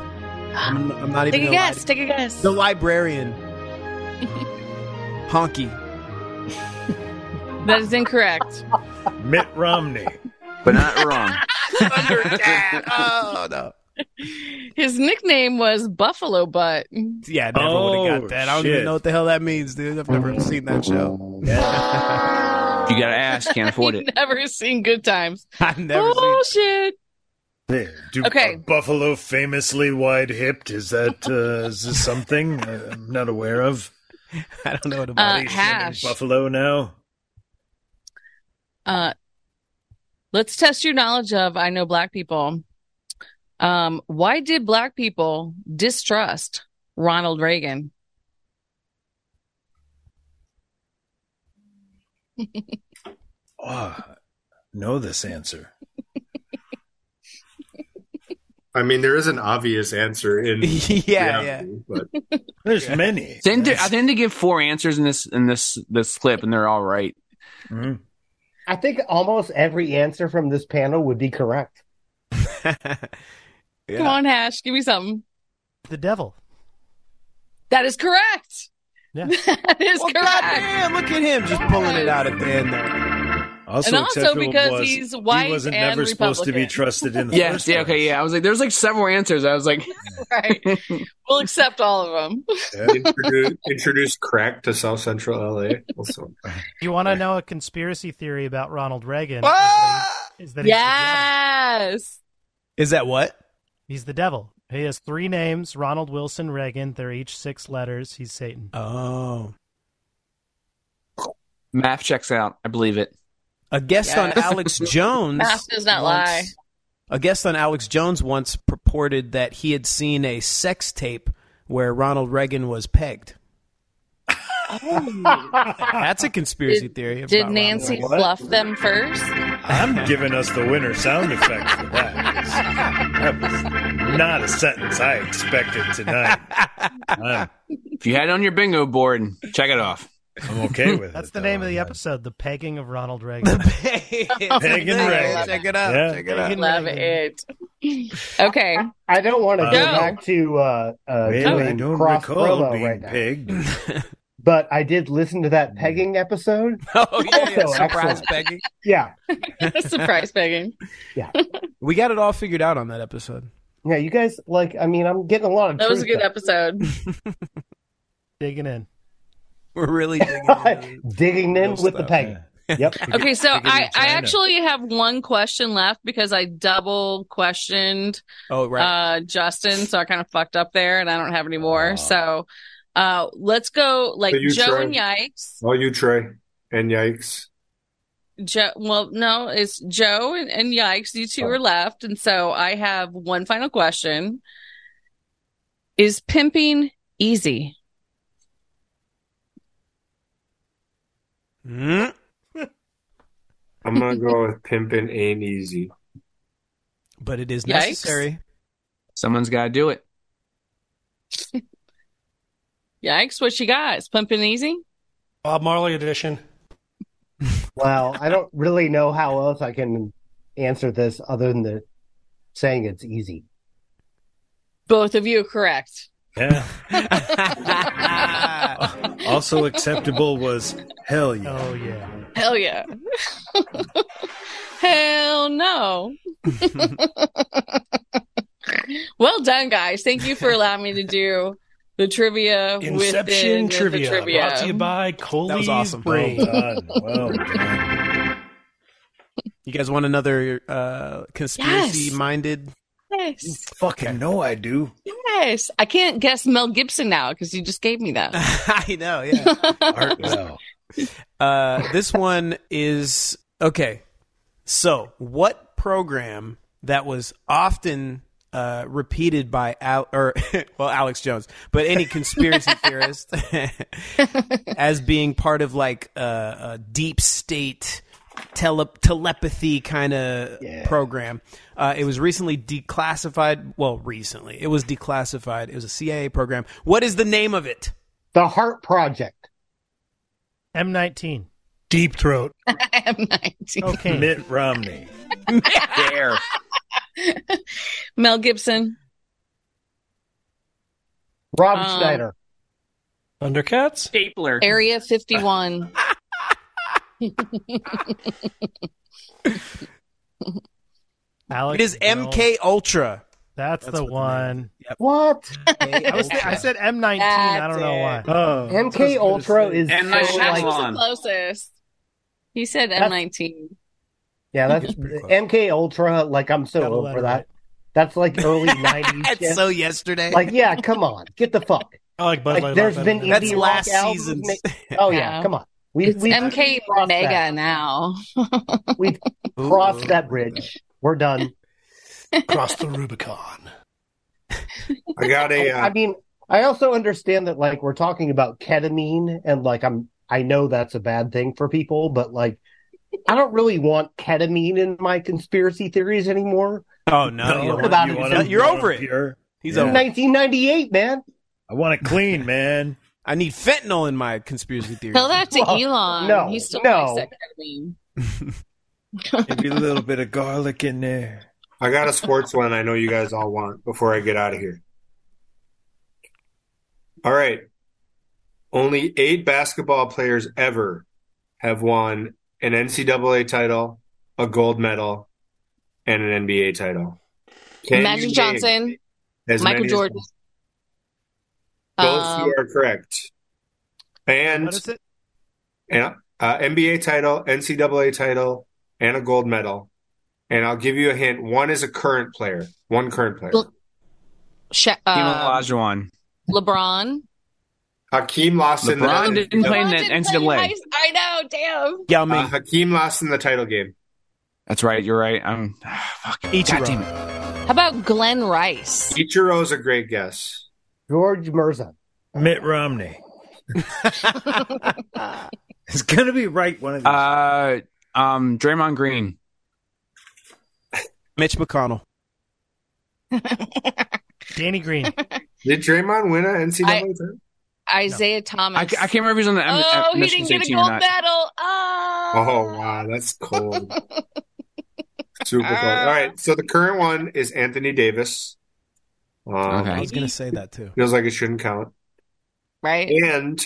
[SPEAKER 4] I'm, I'm not even.
[SPEAKER 3] Take a
[SPEAKER 4] gonna lie
[SPEAKER 3] guess.
[SPEAKER 4] to
[SPEAKER 3] Take a guess.
[SPEAKER 4] you. The librarian. Honky.
[SPEAKER 3] That is incorrect.
[SPEAKER 1] Mitt Romney.
[SPEAKER 2] But not wrong.
[SPEAKER 4] Oh no.
[SPEAKER 3] His nickname was Buffalo Butt.
[SPEAKER 4] Yeah, I never would have
[SPEAKER 1] Oh,
[SPEAKER 4] got that. I don't
[SPEAKER 1] shit.
[SPEAKER 4] even know what the hell that means, dude. I've never seen that show.
[SPEAKER 2] You got to ask. Can't afford it.
[SPEAKER 3] Never seen Good Times.
[SPEAKER 4] I've never
[SPEAKER 3] oh shit!
[SPEAKER 1] Hey, Do
[SPEAKER 3] Okay.
[SPEAKER 1] are Buffalo famously wide hipped. Is that uh, is this something I- I'm not aware of?
[SPEAKER 4] I don't know what about
[SPEAKER 3] Uh,
[SPEAKER 1] Are they shaming
[SPEAKER 3] hash.
[SPEAKER 1] Buffalo now.
[SPEAKER 3] Uh, let's test your knowledge of I know black people. Um, why did black people distrust Ronald Reagan?
[SPEAKER 1] Oh, know this answer.
[SPEAKER 7] I mean, there is an obvious answer in
[SPEAKER 4] Yeah,
[SPEAKER 7] reality, but
[SPEAKER 1] There's many.
[SPEAKER 2] They didn't do- I think they give four answers in this in this this clip, and they're all right.
[SPEAKER 1] Mhm.
[SPEAKER 5] I think almost every answer from this panel would be correct.
[SPEAKER 3] Come on, Hash, give me something.
[SPEAKER 11] The devil.
[SPEAKER 3] That is correct.
[SPEAKER 11] Yeah.
[SPEAKER 3] That is
[SPEAKER 4] Well,
[SPEAKER 3] correct.
[SPEAKER 4] goddamn, look at him just pulling it out at the end there.
[SPEAKER 1] Also
[SPEAKER 3] And also
[SPEAKER 1] acceptable
[SPEAKER 3] because
[SPEAKER 1] was
[SPEAKER 3] he's white
[SPEAKER 1] he wasn't
[SPEAKER 3] and
[SPEAKER 1] never supposed to be
[SPEAKER 3] Republican.
[SPEAKER 1] trusted in the
[SPEAKER 2] Yeah,
[SPEAKER 1] first
[SPEAKER 2] yeah,
[SPEAKER 1] place.
[SPEAKER 2] okay, yeah. I was like, there's like several answers. I was like,
[SPEAKER 3] Right. We'll accept all of them.
[SPEAKER 7] introduce, introduce crack to South Central LA. Also,
[SPEAKER 11] You want to know a conspiracy theory about Ronald Reagan?
[SPEAKER 4] Ah!
[SPEAKER 11] Is that, he- is that he's the devil.
[SPEAKER 3] Yes.
[SPEAKER 4] Is that what?
[SPEAKER 11] he's the devil. He has three names: Ronald Wilson Reagan. They're each six letters. He's Satan.
[SPEAKER 4] Oh.
[SPEAKER 2] math checks out. I believe it.
[SPEAKER 4] A guest on
[SPEAKER 3] Yes.
[SPEAKER 4] Alex Jones.
[SPEAKER 3] Math does not
[SPEAKER 4] once-
[SPEAKER 3] lie.
[SPEAKER 4] A guest on Alex Jones once purported that he had seen a sex tape where Ronald Reagan was pegged. That's a conspiracy theory. about
[SPEAKER 3] Oh. Did
[SPEAKER 4] Ronald
[SPEAKER 3] Nancy
[SPEAKER 4] Reagan.
[SPEAKER 3] fluff them first?
[SPEAKER 1] I'm giving us the winner sound effect for that. That was not a sentence I expected tonight. I'm,
[SPEAKER 2] If you had it on your bingo board, check it off.
[SPEAKER 1] I'm okay with it.
[SPEAKER 11] That's the
[SPEAKER 1] though.
[SPEAKER 11] name of the episode: The Pegging of Ronald Reagan.
[SPEAKER 1] Pagan Reagan.
[SPEAKER 4] Check it out.
[SPEAKER 1] Yeah.
[SPEAKER 4] Check it out.
[SPEAKER 3] Love it. Okay.
[SPEAKER 5] I don't want to
[SPEAKER 1] Uh,
[SPEAKER 5] go
[SPEAKER 3] No.
[SPEAKER 5] back to uh, uh,
[SPEAKER 1] Well, I
[SPEAKER 5] doing
[SPEAKER 1] don't
[SPEAKER 5] cross
[SPEAKER 1] recall
[SPEAKER 5] promo
[SPEAKER 1] being
[SPEAKER 5] right now,
[SPEAKER 1] pigged.
[SPEAKER 5] but I did listen to that pegging episode.
[SPEAKER 4] Oh yeah, yeah.
[SPEAKER 5] Also
[SPEAKER 4] surprise,
[SPEAKER 5] excellent.
[SPEAKER 4] Peggy.
[SPEAKER 5] Yeah,
[SPEAKER 3] Surprise begging.
[SPEAKER 4] We got it all figured out on that episode.
[SPEAKER 5] yeah. You guys like? I mean, I'm getting a lot of.
[SPEAKER 3] That was a
[SPEAKER 5] truth
[SPEAKER 3] good episode.
[SPEAKER 11] Digging in.
[SPEAKER 4] We're really digging into
[SPEAKER 5] out. digging in
[SPEAKER 4] Real
[SPEAKER 5] with the
[SPEAKER 4] stuff.
[SPEAKER 5] pegging. Yep.
[SPEAKER 3] Okay, so
[SPEAKER 1] Bigger than
[SPEAKER 3] I, I
[SPEAKER 1] China.
[SPEAKER 3] actually have one question left because I double questioned
[SPEAKER 4] Oh right.
[SPEAKER 3] uh, Justin, so I kind of fucked up there, and I don't have any more. So uh, let's go like
[SPEAKER 7] Oh. So you
[SPEAKER 3] Joe
[SPEAKER 7] try.
[SPEAKER 3] and Yikes.
[SPEAKER 7] all you Trey and yikes.
[SPEAKER 3] Joe, well, no, it's Joe and, and Yikes. You
[SPEAKER 7] Oh.
[SPEAKER 3] two are left, and so I have one final question: Is pimping easy?
[SPEAKER 4] Mm.
[SPEAKER 7] I'm gonna go with pimping ain't easy.
[SPEAKER 4] But it is
[SPEAKER 3] Yikes.
[SPEAKER 4] necessary.
[SPEAKER 2] Someone's got to do it.
[SPEAKER 3] Yikes! What you got? It's pumping easy.
[SPEAKER 9] Bob Marley edition.
[SPEAKER 5] Well, I don't really know how else I can answer this other than the, saying it's easy.
[SPEAKER 3] Both of you are correct.
[SPEAKER 1] Yeah. also acceptable was hell yeah.
[SPEAKER 11] Oh yeah.
[SPEAKER 3] Hell yeah. Hell no. well done, guys. Thank you for allowing me to do the trivia. within
[SPEAKER 9] Inception
[SPEAKER 3] the
[SPEAKER 9] trivia,
[SPEAKER 3] trivia.
[SPEAKER 9] brought to you by Coley's
[SPEAKER 4] That was awesome.
[SPEAKER 9] Brain.
[SPEAKER 4] You guys want another uh, conspiracy-minded?
[SPEAKER 3] Yes.
[SPEAKER 1] Fucking no, I do.
[SPEAKER 3] Yes. I can't guess Mel Gibson now because you just gave me that.
[SPEAKER 4] I know. Yeah. Uh, this one is okay. So, what program that was often uh, repeated by Al or well Alex Jones, but any conspiracy theorist as being part of like uh, a deep state tele- telepathy kind of program. Uh, it was recently declassified. Well, recently it was declassified. It was a CIA program. What is the name of it?
[SPEAKER 5] The Heart Project.
[SPEAKER 11] M19.
[SPEAKER 9] Deep throat.
[SPEAKER 3] M19.
[SPEAKER 9] Oh.
[SPEAKER 11] Okay.
[SPEAKER 1] Mitt Romney.
[SPEAKER 2] There.
[SPEAKER 3] Mel Gibson.
[SPEAKER 5] Rob
[SPEAKER 3] Um,
[SPEAKER 5] Schneider.
[SPEAKER 9] Thundercats?
[SPEAKER 2] Stapler.
[SPEAKER 3] Area 51.
[SPEAKER 9] Uh,
[SPEAKER 11] Alex
[SPEAKER 4] It is
[SPEAKER 11] Jones.
[SPEAKER 4] MK Ultra.
[SPEAKER 11] That's,
[SPEAKER 4] That's
[SPEAKER 11] the
[SPEAKER 4] what the name
[SPEAKER 11] one.
[SPEAKER 5] What?
[SPEAKER 11] I, was I said M19. I don't know why.
[SPEAKER 1] Oh,
[SPEAKER 5] MK Ultra is
[SPEAKER 2] And my
[SPEAKER 5] so,
[SPEAKER 2] shadow
[SPEAKER 5] like,
[SPEAKER 2] on.
[SPEAKER 3] the closest. He said
[SPEAKER 5] That's-
[SPEAKER 3] M19.
[SPEAKER 5] yeah, that's
[SPEAKER 4] pretty close.
[SPEAKER 5] MK Ultra. Like I'm so
[SPEAKER 11] Got a
[SPEAKER 5] over
[SPEAKER 11] letter
[SPEAKER 5] that.
[SPEAKER 11] right.
[SPEAKER 5] That's like early '90s.
[SPEAKER 4] That's
[SPEAKER 5] shit.
[SPEAKER 4] so yesterday.
[SPEAKER 5] like, yeah, come on, get the fuck.
[SPEAKER 9] I like Bud
[SPEAKER 5] Like,
[SPEAKER 9] Light.
[SPEAKER 5] there's
[SPEAKER 9] a lot
[SPEAKER 5] been
[SPEAKER 9] better.
[SPEAKER 4] That's
[SPEAKER 5] indie
[SPEAKER 4] last
[SPEAKER 5] rock albums
[SPEAKER 4] season's.
[SPEAKER 5] ma- oh yeah,
[SPEAKER 3] Yeah.
[SPEAKER 5] come on. We,
[SPEAKER 4] It's
[SPEAKER 5] we
[SPEAKER 3] MK
[SPEAKER 5] crossed
[SPEAKER 3] Mega
[SPEAKER 5] that.
[SPEAKER 3] now.
[SPEAKER 5] We've crossed that bridge. We're done.
[SPEAKER 9] Cross the Rubicon.
[SPEAKER 7] I got a. Uh,
[SPEAKER 5] I mean, I also understand that like we're talking about ketamine and like I'm I know that's a bad thing for people, but like I don't really want ketamine in my conspiracy theories anymore.
[SPEAKER 4] Oh no,
[SPEAKER 5] you
[SPEAKER 4] you
[SPEAKER 5] don't. about it.
[SPEAKER 1] wanna-
[SPEAKER 4] You're
[SPEAKER 1] you wanna
[SPEAKER 4] over it.
[SPEAKER 1] pure?
[SPEAKER 4] he's
[SPEAKER 1] Yeah.
[SPEAKER 4] over. it.
[SPEAKER 5] 1998, man.
[SPEAKER 1] I want it clean, man.
[SPEAKER 4] I need fentanyl in my conspiracy theory.
[SPEAKER 3] Tell that to
[SPEAKER 5] Well,
[SPEAKER 3] Elon.
[SPEAKER 5] no,
[SPEAKER 3] he still
[SPEAKER 5] no.
[SPEAKER 3] likes that ketamine.
[SPEAKER 1] Maybe a little bit of garlic in there.
[SPEAKER 7] I got a sports one I know you guys all want before I get out of here. All right. Only eight basketball players ever have won an NCAA title, a gold medal, and an NBA title. Can you
[SPEAKER 3] Magic
[SPEAKER 7] name
[SPEAKER 3] Johnson,
[SPEAKER 7] as
[SPEAKER 3] Michael
[SPEAKER 7] many as-
[SPEAKER 3] Jordan.
[SPEAKER 7] Both
[SPEAKER 3] Um,
[SPEAKER 7] you are correct. And
[SPEAKER 11] What is it?
[SPEAKER 7] yeah, uh, NBA title, NCAA title, and a gold medal. And I'll give you a hint. One is a current player. One current player.
[SPEAKER 3] Well- Sha- uh,
[SPEAKER 2] Timo Olajuwon.
[SPEAKER 3] LeBron.
[SPEAKER 7] Hakeem lost in the
[SPEAKER 2] LeBron didn't play in
[SPEAKER 3] LeBron
[SPEAKER 2] the
[SPEAKER 3] didn't play
[SPEAKER 2] NCAA.
[SPEAKER 3] high- I know, damn.
[SPEAKER 4] Yao Ming.
[SPEAKER 7] Uh, Hakeem lost in the title game.
[SPEAKER 2] That's right. You're right. I'm. fuck.
[SPEAKER 4] Ichiro.
[SPEAKER 2] God damn it.
[SPEAKER 3] How about Glenn Rice?
[SPEAKER 7] Ichiro's a great guess.
[SPEAKER 5] George Mirza.
[SPEAKER 1] Mitt Romney. it's gonna be right one of these.
[SPEAKER 2] Uh, um, Draymond Green.
[SPEAKER 4] Mitch McConnell.
[SPEAKER 11] Danny Green.
[SPEAKER 7] Did Draymond win an NCAA
[SPEAKER 3] I-
[SPEAKER 7] title?
[SPEAKER 3] Isaiah
[SPEAKER 2] I,
[SPEAKER 3] Thomas.
[SPEAKER 2] I can't remember if he was on the M-
[SPEAKER 3] oh,
[SPEAKER 2] uh,
[SPEAKER 3] he
[SPEAKER 2] Michigan
[SPEAKER 3] didn't get
[SPEAKER 2] State
[SPEAKER 3] a
[SPEAKER 2] team
[SPEAKER 3] gold
[SPEAKER 2] or not.
[SPEAKER 3] medal. Oh,
[SPEAKER 7] Oh wow, that's cold. Super cold. All right, so the current one is Anthony Davis. Um,
[SPEAKER 2] Okay.
[SPEAKER 4] I was gonna say that too.
[SPEAKER 7] Feels like it shouldn't count.
[SPEAKER 3] right.
[SPEAKER 7] And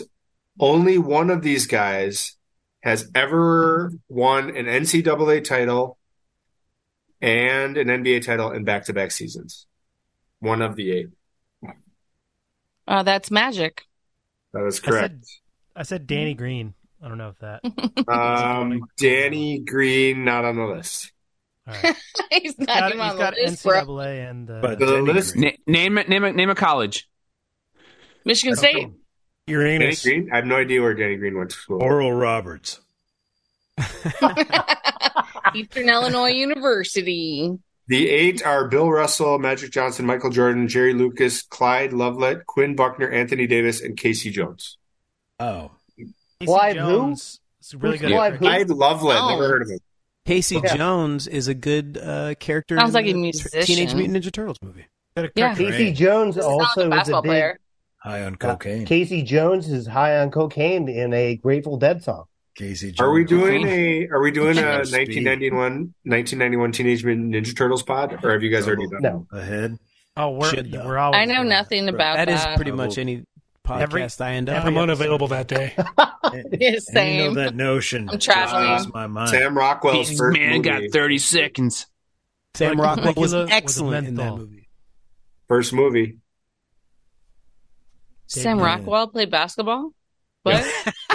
[SPEAKER 7] only one of these guys has ever won an NCAA title and an NBA title in back-to-back seasons. One of the eight.
[SPEAKER 3] Oh, that's magic.
[SPEAKER 7] That is
[SPEAKER 11] I
[SPEAKER 7] correct.
[SPEAKER 11] said, I said Danny Green. I don't know if that.
[SPEAKER 7] Um, Danny Green not on the list.
[SPEAKER 11] All right.
[SPEAKER 3] he's not
[SPEAKER 11] Got-
[SPEAKER 3] even on
[SPEAKER 11] he's
[SPEAKER 3] the
[SPEAKER 11] got
[SPEAKER 3] list, bro.
[SPEAKER 11] NCAA and uh, the.
[SPEAKER 1] but
[SPEAKER 7] the
[SPEAKER 1] Danny
[SPEAKER 7] list-
[SPEAKER 1] Green.
[SPEAKER 2] Na- name it. Name it. Name a college.
[SPEAKER 3] Michigan State.
[SPEAKER 7] Danny
[SPEAKER 1] Uranus,
[SPEAKER 7] Green? I have no idea where Danny Green went to school.
[SPEAKER 1] Oral Roberts.
[SPEAKER 3] Eastern Illinois University.
[SPEAKER 7] the eight are Bill Russell, Magic Johnson, Michael Jordan, Jerry Lucas, Clyde Lovelet, Quinn Buckner, Anthony Davis, and Casey Jones.
[SPEAKER 1] Oh,
[SPEAKER 11] Casey
[SPEAKER 5] Clive who?
[SPEAKER 11] Jones. It's really
[SPEAKER 5] Who's
[SPEAKER 11] good.
[SPEAKER 5] Clive who?
[SPEAKER 7] Clyde Lovelet,
[SPEAKER 3] Oh.
[SPEAKER 7] never heard of him.
[SPEAKER 4] Casey Jones is a good uh, character.
[SPEAKER 3] Sounds
[SPEAKER 4] in
[SPEAKER 3] like a
[SPEAKER 4] the
[SPEAKER 3] musician.
[SPEAKER 4] Teenage Mutant Ninja Turtles movie.
[SPEAKER 3] Yeah.
[SPEAKER 5] Casey Jones
[SPEAKER 3] This is not
[SPEAKER 5] also
[SPEAKER 3] a
[SPEAKER 5] is a
[SPEAKER 3] basketball
[SPEAKER 5] big
[SPEAKER 3] player.
[SPEAKER 1] High on cocaine.
[SPEAKER 5] Casey Jones is high on cocaine in a Grateful Dead song.
[SPEAKER 1] Casey
[SPEAKER 7] Are we doing a
[SPEAKER 5] Jones.
[SPEAKER 7] Are we doing a
[SPEAKER 5] Speed.
[SPEAKER 7] 1991 1991 Teenage Mutant Ninja Turtles pod, or have you guys already done?
[SPEAKER 5] No,
[SPEAKER 1] ahead.
[SPEAKER 11] Oh, we're we're always.
[SPEAKER 3] I know nothing about that.
[SPEAKER 4] that is pretty much any podcast
[SPEAKER 11] Every-
[SPEAKER 4] I end up.
[SPEAKER 9] I'm unavailable that day.
[SPEAKER 3] Yeah,
[SPEAKER 1] You
[SPEAKER 3] same.
[SPEAKER 1] know that notion.
[SPEAKER 3] I'm traveling.
[SPEAKER 1] Just blows my mind.
[SPEAKER 7] Sam Rockwell's
[SPEAKER 2] This
[SPEAKER 7] first
[SPEAKER 2] man
[SPEAKER 7] movie.
[SPEAKER 2] got 30 seconds.
[SPEAKER 4] Sam Rockwell was
[SPEAKER 11] Dracula was a
[SPEAKER 4] excellent in that
[SPEAKER 11] menthol.
[SPEAKER 4] movie.
[SPEAKER 7] First movie.
[SPEAKER 3] Sam
[SPEAKER 11] Yeah.
[SPEAKER 3] Rockwell played basketball. What?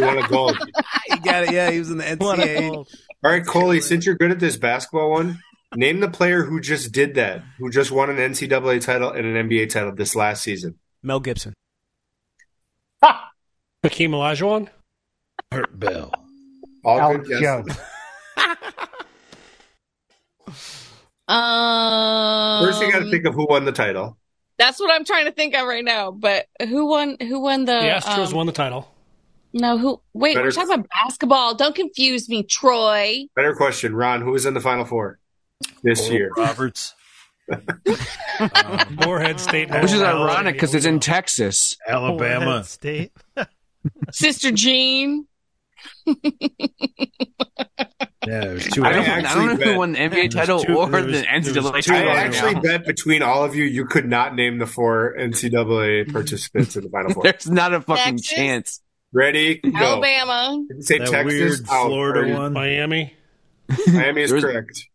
[SPEAKER 7] You want a gold?
[SPEAKER 4] He got it. Yeah, he was in the NCAA.
[SPEAKER 7] All right, Coley. Since you're good at this basketball one, name the player who just did that, who just won an NCAA title and an NBA title this last season.
[SPEAKER 4] Mel Gibson.
[SPEAKER 9] Hakeem Olajuwon.
[SPEAKER 1] Hurt Bell.
[SPEAKER 7] All
[SPEAKER 5] Alex
[SPEAKER 7] good guesses.
[SPEAKER 5] Jones.
[SPEAKER 3] um,
[SPEAKER 7] First, you got to think of who won the title.
[SPEAKER 3] That's what I'm trying to think of right now. But who won? Who won the?
[SPEAKER 9] The Astros
[SPEAKER 3] um,
[SPEAKER 9] won the title.
[SPEAKER 3] No, who? Wait,
[SPEAKER 7] Better-
[SPEAKER 3] we're talking about basketball. Don't confuse me, Troy.
[SPEAKER 7] Better question, Ron. Who was in the Final Four this
[SPEAKER 5] Oh.
[SPEAKER 1] Oral
[SPEAKER 7] year?
[SPEAKER 1] Roberts.
[SPEAKER 9] Moorhead State.
[SPEAKER 2] Which is
[SPEAKER 9] Alabama.
[SPEAKER 2] ironic because it's in Texas.
[SPEAKER 1] Alabama.
[SPEAKER 11] Oregon State.
[SPEAKER 3] Sister Jean.
[SPEAKER 1] Yeah, it was two.
[SPEAKER 2] I don't,
[SPEAKER 1] hours.
[SPEAKER 2] I don't know
[SPEAKER 7] actually bet-
[SPEAKER 2] who won the NBA title
[SPEAKER 1] two-
[SPEAKER 2] or
[SPEAKER 1] there
[SPEAKER 2] the
[SPEAKER 1] was- there
[SPEAKER 2] NCAA
[SPEAKER 1] was two
[SPEAKER 2] title.
[SPEAKER 7] I
[SPEAKER 1] Right
[SPEAKER 7] actually
[SPEAKER 2] now.
[SPEAKER 7] bet between all of you, you could not name the four NCAA participants in the Final Four.
[SPEAKER 2] There's not a fucking
[SPEAKER 3] Texas?
[SPEAKER 2] chance.
[SPEAKER 7] Ready? Go.
[SPEAKER 3] Alabama.
[SPEAKER 7] Did you say
[SPEAKER 1] That
[SPEAKER 7] Texas?
[SPEAKER 1] weird
[SPEAKER 7] Out.
[SPEAKER 1] Florida one.
[SPEAKER 9] Miami.
[SPEAKER 7] Miami is
[SPEAKER 2] There's-
[SPEAKER 7] correct.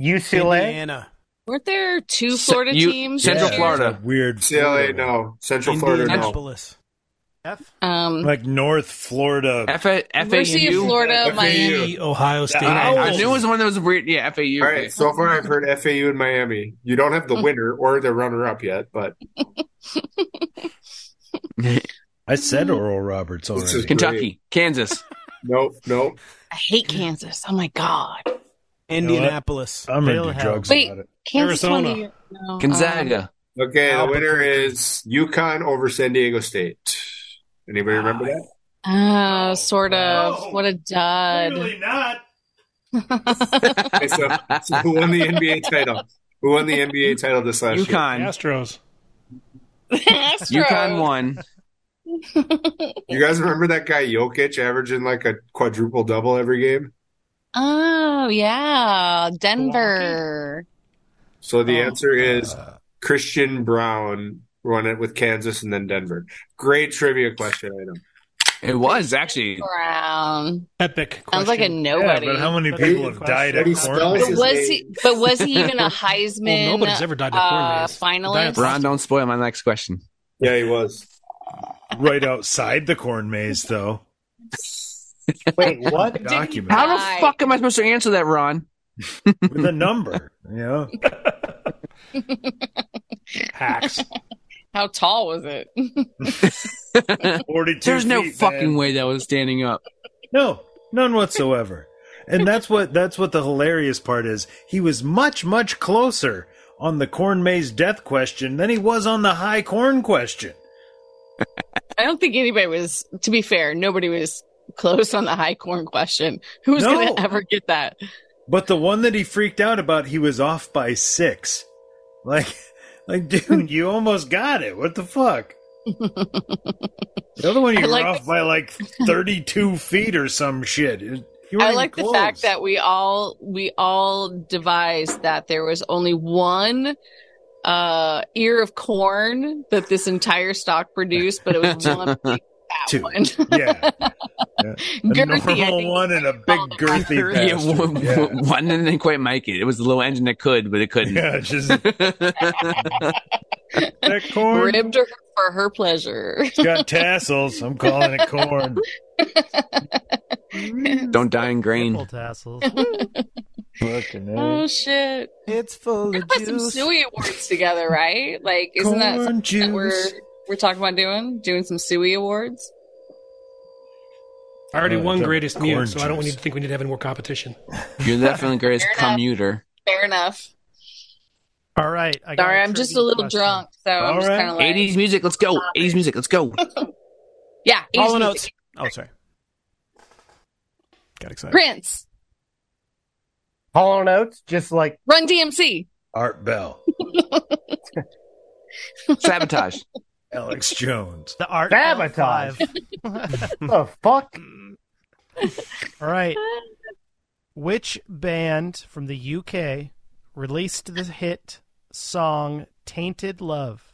[SPEAKER 5] UCLA.
[SPEAKER 4] Indiana.
[SPEAKER 3] Weren't there two
[SPEAKER 2] So-
[SPEAKER 3] Florida
[SPEAKER 2] you-
[SPEAKER 3] teams?
[SPEAKER 2] Central
[SPEAKER 3] this year?
[SPEAKER 2] Florida.
[SPEAKER 1] Like Weird.
[SPEAKER 7] CLA,
[SPEAKER 1] Florida.
[SPEAKER 7] no. Central Florida, no.
[SPEAKER 4] Indianapolis.
[SPEAKER 11] F.
[SPEAKER 3] Um,
[SPEAKER 1] Like North Florida.
[SPEAKER 2] F- FAU.
[SPEAKER 3] University of Florida,
[SPEAKER 7] FAU.
[SPEAKER 3] Miami.
[SPEAKER 9] The Ohio State.
[SPEAKER 2] I, I
[SPEAKER 9] Owls.
[SPEAKER 2] knew it was the one that was weird. Yeah, FAU.
[SPEAKER 7] All right, so far I've heard FAU and Miami. You don't have the winner or the runner up yet, but
[SPEAKER 1] I said Oral Roberts
[SPEAKER 7] This is
[SPEAKER 1] already.
[SPEAKER 2] Kentucky,
[SPEAKER 7] Great.
[SPEAKER 2] Kansas.
[SPEAKER 7] nope, nope.
[SPEAKER 3] I hate Kansas. Oh my god.
[SPEAKER 4] Indianapolis.
[SPEAKER 1] I'm gonna
[SPEAKER 11] Bill
[SPEAKER 1] do
[SPEAKER 11] Howe.
[SPEAKER 1] drugs
[SPEAKER 3] Wait.
[SPEAKER 1] about it.
[SPEAKER 3] Kansas won the
[SPEAKER 9] Arizona.
[SPEAKER 3] year- no, um,
[SPEAKER 2] Gonzaga.
[SPEAKER 7] Okay, the
[SPEAKER 4] Albuquerque.
[SPEAKER 7] winner is Yukon over San Diego State. Anybody remember that?
[SPEAKER 3] Ah, sort of.
[SPEAKER 1] Oh.
[SPEAKER 3] What a dud.
[SPEAKER 1] not.
[SPEAKER 7] Okay, so, so who won the NBA title? Who won the NBA title this last year?
[SPEAKER 2] UConn.
[SPEAKER 9] Astros.
[SPEAKER 3] Astros.
[SPEAKER 2] UConn won.
[SPEAKER 7] You guys remember that guy Jokic averaging like a quadruple double every game?
[SPEAKER 3] Oh yeah, Denver.
[SPEAKER 7] So the
[SPEAKER 3] Oh.
[SPEAKER 7] answer is Christian Brown won it with Kansas and then Denver. Great trivia question item.
[SPEAKER 2] It was actually.
[SPEAKER 3] Brown.
[SPEAKER 9] Epic.
[SPEAKER 3] Sounds like a
[SPEAKER 9] question.
[SPEAKER 1] Yeah,
[SPEAKER 3] nobody.
[SPEAKER 1] but how many
[SPEAKER 11] But
[SPEAKER 1] people
[SPEAKER 11] good
[SPEAKER 1] have died
[SPEAKER 7] question.
[SPEAKER 1] at
[SPEAKER 7] But he spells
[SPEAKER 1] corn?
[SPEAKER 7] his
[SPEAKER 3] was
[SPEAKER 7] name.
[SPEAKER 3] he? But was he even a Heisman?
[SPEAKER 9] Well, nobody's ever died to corn
[SPEAKER 3] uh,
[SPEAKER 9] maze.
[SPEAKER 3] finalist.
[SPEAKER 9] Died
[SPEAKER 2] Ron, don't spoil my next question.
[SPEAKER 7] Yeah, he was.
[SPEAKER 1] right outside the corn maze, though.
[SPEAKER 5] Wait, what?
[SPEAKER 1] Document
[SPEAKER 2] How the
[SPEAKER 3] Right.
[SPEAKER 2] fuck am I supposed to answer that, Ron?
[SPEAKER 1] with a number. You know,
[SPEAKER 9] Hacks.
[SPEAKER 3] How tall was it?
[SPEAKER 1] forty-two.
[SPEAKER 2] There's no
[SPEAKER 1] feet,
[SPEAKER 2] fucking
[SPEAKER 1] man.
[SPEAKER 2] way that was standing up.
[SPEAKER 1] No, none whatsoever. and that's what that's what the hilarious part is. He was much much closer on the corn maze death question than he was on the high corn question.
[SPEAKER 3] I don't think anybody was. To be fair, nobody was close on the high corn question. Who's
[SPEAKER 1] No.
[SPEAKER 3] going to ever get that?
[SPEAKER 1] But the one that he freaked out about, he was off by six. Like, like, dude, you almost got it. What the fuck? the other one, you
[SPEAKER 3] I
[SPEAKER 1] were
[SPEAKER 3] like
[SPEAKER 1] off by like thirty-two feet or some shit. You weren't
[SPEAKER 3] I
[SPEAKER 1] even
[SPEAKER 3] like the
[SPEAKER 1] close.
[SPEAKER 3] fact that we all we all devised that there was only one uh ear of corn that this entire stock produced, but it was one big fat
[SPEAKER 1] Two.
[SPEAKER 3] one.
[SPEAKER 1] yeah, a
[SPEAKER 3] Girthy, I
[SPEAKER 1] normal
[SPEAKER 3] think.
[SPEAKER 1] one and a big girthy
[SPEAKER 2] Yeah,
[SPEAKER 1] bastard.
[SPEAKER 2] one,
[SPEAKER 1] Yeah.
[SPEAKER 2] one didn't quite make it. It was the low engine that could, but it couldn't.
[SPEAKER 1] Yeah, just that corn
[SPEAKER 3] Ribbed her for her pleasure.
[SPEAKER 1] It's got tassels. I'm calling it corn.
[SPEAKER 2] Don't die in
[SPEAKER 11] Triple
[SPEAKER 2] grain.
[SPEAKER 11] tassels.
[SPEAKER 1] Fucking
[SPEAKER 3] Oh shit!
[SPEAKER 4] It's full
[SPEAKER 3] We're gonna
[SPEAKER 4] of
[SPEAKER 3] put some
[SPEAKER 4] juice.
[SPEAKER 3] suey awards together, right? Like, isn't that
[SPEAKER 1] Corn
[SPEAKER 3] something
[SPEAKER 1] juice.
[SPEAKER 3] that we're we're talking about doing? Doing some suey awards?
[SPEAKER 9] I already
[SPEAKER 1] Oh,
[SPEAKER 9] won
[SPEAKER 1] it's a
[SPEAKER 9] greatest mute,
[SPEAKER 1] corn
[SPEAKER 9] so I don't
[SPEAKER 1] juice.
[SPEAKER 9] need to think we need to have any more competition.
[SPEAKER 2] You're definitely the greatest
[SPEAKER 3] Fair enough.
[SPEAKER 2] commuter.
[SPEAKER 3] Fair enough.
[SPEAKER 11] All right. I got
[SPEAKER 3] Sorry,
[SPEAKER 11] a
[SPEAKER 3] I'm just a
[SPEAKER 11] trivia
[SPEAKER 3] little
[SPEAKER 11] question.
[SPEAKER 3] drunk, so I'm
[SPEAKER 1] All
[SPEAKER 3] just
[SPEAKER 1] right.
[SPEAKER 3] kind of like
[SPEAKER 2] 80s music, let's go. 80s music, let's go.
[SPEAKER 3] yeah. 80s
[SPEAKER 4] Hollow
[SPEAKER 3] music.
[SPEAKER 4] Notes. Oh, sorry. Got excited.
[SPEAKER 3] Prince,
[SPEAKER 5] Hollow Notes, just like
[SPEAKER 3] Run DMC.
[SPEAKER 1] Art Bell.
[SPEAKER 2] Sabotage.
[SPEAKER 1] Alex Jones.
[SPEAKER 11] The art
[SPEAKER 5] Sabotage. the oh, fuck?
[SPEAKER 11] All right. Which band from the UK released the hit song Tainted Love?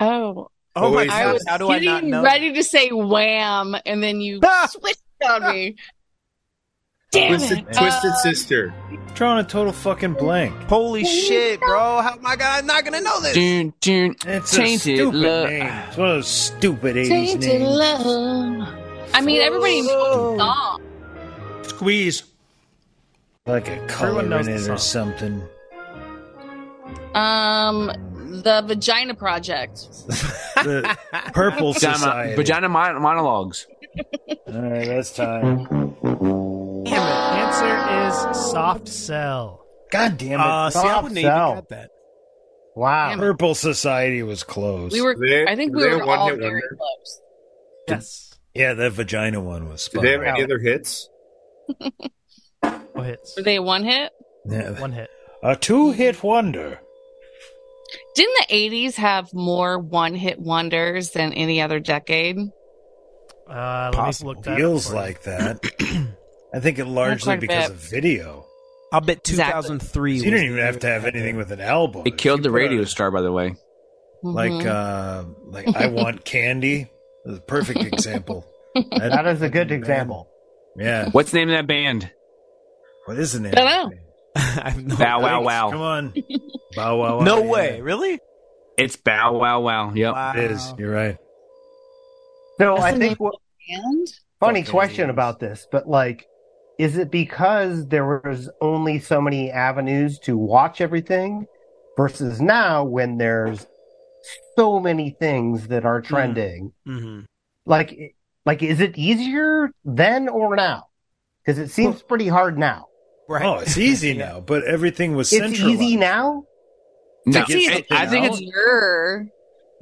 [SPEAKER 3] Oh.
[SPEAKER 4] Oh my
[SPEAKER 3] I
[SPEAKER 4] God,
[SPEAKER 3] was
[SPEAKER 4] how do I not
[SPEAKER 3] getting
[SPEAKER 4] know?
[SPEAKER 3] ready to say wham, and then you switched on me. Damn
[SPEAKER 7] Twisted,
[SPEAKER 3] it. Uh,
[SPEAKER 7] Twisted Sister.
[SPEAKER 1] Drawing a total fucking blank.
[SPEAKER 4] Holy shit, bro! How am I gonna- I'm not gonna know this?
[SPEAKER 2] Dune, dune,
[SPEAKER 1] It's a
[SPEAKER 2] tainted
[SPEAKER 1] stupid
[SPEAKER 2] love.
[SPEAKER 1] name. It's one of those stupid 80s
[SPEAKER 3] Tainted
[SPEAKER 1] names.
[SPEAKER 3] love. I mean, everybody knows the song.
[SPEAKER 9] Squeeze.
[SPEAKER 1] Like a color in
[SPEAKER 11] knows the
[SPEAKER 1] it
[SPEAKER 11] song.
[SPEAKER 1] or something.
[SPEAKER 3] Um, the Vagina Project.
[SPEAKER 1] The Purple
[SPEAKER 2] Vagina,
[SPEAKER 1] Society.
[SPEAKER 2] vagina mon- monologues.
[SPEAKER 1] All right, that's time.
[SPEAKER 11] Damn it. Answer is Soft Cell.
[SPEAKER 1] God damn it.
[SPEAKER 4] Uh, see, I
[SPEAKER 5] Soft
[SPEAKER 4] wouldn't have
[SPEAKER 5] sell.
[SPEAKER 4] even got that.
[SPEAKER 5] Wow.
[SPEAKER 1] Purple Society was close.
[SPEAKER 3] We were.
[SPEAKER 7] They-
[SPEAKER 3] I think we
[SPEAKER 7] they
[SPEAKER 3] were
[SPEAKER 7] won
[SPEAKER 3] all
[SPEAKER 7] hit
[SPEAKER 3] very
[SPEAKER 7] wonder.
[SPEAKER 3] close.
[SPEAKER 11] Yes.
[SPEAKER 1] yeah, that vagina one was
[SPEAKER 7] Do
[SPEAKER 1] spot
[SPEAKER 7] they have
[SPEAKER 1] on.
[SPEAKER 7] any other hits?
[SPEAKER 11] No Oh, hits.
[SPEAKER 3] Were they a one hit?
[SPEAKER 1] Yeah.
[SPEAKER 11] One hit.
[SPEAKER 1] A two hit wonder.
[SPEAKER 3] Didn't the '80s have more one-hit wonders than any other decade?
[SPEAKER 11] Uh, let me
[SPEAKER 4] Possible.
[SPEAKER 11] look that up
[SPEAKER 1] Feels
[SPEAKER 11] for you.
[SPEAKER 1] like that. I think it largely
[SPEAKER 3] quite a
[SPEAKER 1] because
[SPEAKER 3] bit.
[SPEAKER 1] of video.
[SPEAKER 4] I'll bet
[SPEAKER 3] Exactly.
[SPEAKER 4] 2003.
[SPEAKER 1] So you don't
[SPEAKER 4] was
[SPEAKER 1] even
[SPEAKER 4] the
[SPEAKER 1] have to
[SPEAKER 4] year
[SPEAKER 1] have
[SPEAKER 4] that happened.
[SPEAKER 1] anything with an album.
[SPEAKER 2] It killed
[SPEAKER 1] If
[SPEAKER 2] the
[SPEAKER 1] you put
[SPEAKER 2] radio
[SPEAKER 1] a-
[SPEAKER 2] star, by the way.
[SPEAKER 1] Like,
[SPEAKER 3] Mhm.
[SPEAKER 1] uh,
[SPEAKER 5] Mm-hmm.
[SPEAKER 1] like I want candy. That's a perfect example. That-
[SPEAKER 5] That is a good example.
[SPEAKER 1] Yeah.
[SPEAKER 2] What's the name of that band?
[SPEAKER 1] What is the name?
[SPEAKER 3] Dunno.
[SPEAKER 4] I have no
[SPEAKER 2] Bow Wow
[SPEAKER 1] Come
[SPEAKER 2] Wow.
[SPEAKER 1] on. Bow wow wow.
[SPEAKER 4] No
[SPEAKER 1] yeah.
[SPEAKER 4] way, really?
[SPEAKER 2] It's Bow Wow Wow. Yep.
[SPEAKER 4] Wow.
[SPEAKER 1] It is. You're right.
[SPEAKER 5] So
[SPEAKER 3] That's
[SPEAKER 5] Oh, I
[SPEAKER 3] the
[SPEAKER 5] think what
[SPEAKER 3] And
[SPEAKER 5] funny
[SPEAKER 1] Fucking
[SPEAKER 5] question
[SPEAKER 1] idiots.
[SPEAKER 5] about this, but like, is it because there was only so many avenues to watch everything versus now when there's so many things that
[SPEAKER 1] Hmm.
[SPEAKER 5] are trending?
[SPEAKER 4] Mm-hmm.
[SPEAKER 5] Like, like is it easier then or now? Because it seems pretty hard now.
[SPEAKER 4] Right.
[SPEAKER 1] Oh, it's easy
[SPEAKER 4] Yeah.
[SPEAKER 1] now, but everything was
[SPEAKER 5] It's
[SPEAKER 1] centralized.
[SPEAKER 5] easy now.
[SPEAKER 2] No,
[SPEAKER 1] It's easy
[SPEAKER 2] it- I think it's
[SPEAKER 3] Easier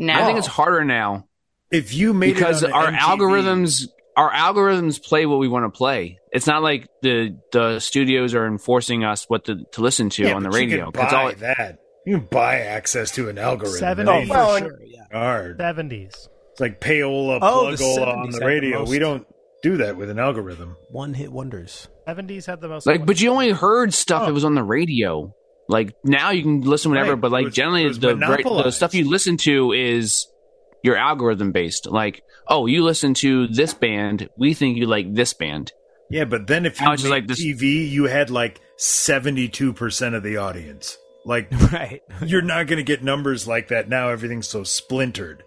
[SPEAKER 3] now.
[SPEAKER 2] I think it's harder now
[SPEAKER 1] If you made
[SPEAKER 2] because
[SPEAKER 1] it on
[SPEAKER 2] our
[SPEAKER 1] MTV,
[SPEAKER 2] algorithms our algorithms play what we want to play. It's not like the the studios are enforcing us what to, to listen to
[SPEAKER 1] yeah,
[SPEAKER 2] on the
[SPEAKER 1] but
[SPEAKER 2] radio.
[SPEAKER 1] you can
[SPEAKER 2] That's
[SPEAKER 1] buy
[SPEAKER 2] all it-
[SPEAKER 1] that. You can buy access to an algorithm.
[SPEAKER 11] Seven-
[SPEAKER 1] It
[SPEAKER 11] Oh,
[SPEAKER 1] ain't
[SPEAKER 5] well,
[SPEAKER 4] for
[SPEAKER 5] and-
[SPEAKER 4] sure. Yeah.
[SPEAKER 1] hard.
[SPEAKER 11] 70s.
[SPEAKER 1] It's like payola,
[SPEAKER 4] Oh, the
[SPEAKER 1] plugola
[SPEAKER 4] 70s
[SPEAKER 1] on
[SPEAKER 4] had
[SPEAKER 1] the
[SPEAKER 4] the
[SPEAKER 1] radio.
[SPEAKER 4] most.
[SPEAKER 1] we don't do that with an algorithm.
[SPEAKER 4] One hit wonders.
[SPEAKER 11] 70s had the most.
[SPEAKER 2] like, but you only
[SPEAKER 11] wonderful-
[SPEAKER 2] heard stuff that was on the radio. Like now you can listen whenever,
[SPEAKER 1] Oh. Right.
[SPEAKER 2] but
[SPEAKER 1] It
[SPEAKER 2] like
[SPEAKER 1] was-
[SPEAKER 2] generally
[SPEAKER 1] it was
[SPEAKER 2] the right, the
[SPEAKER 1] monopolized.
[SPEAKER 2] stuff you listen to is your algorithm based. Like, oh, you listen to this band, we think you like this band.
[SPEAKER 1] Yeah, but then if you
[SPEAKER 2] Now it's
[SPEAKER 1] made
[SPEAKER 2] just like this-
[SPEAKER 1] TV, you had like seventy-two percent of the audience. Like
[SPEAKER 4] Right.
[SPEAKER 1] you're not going to get numbers like that now. Everything's so splintered.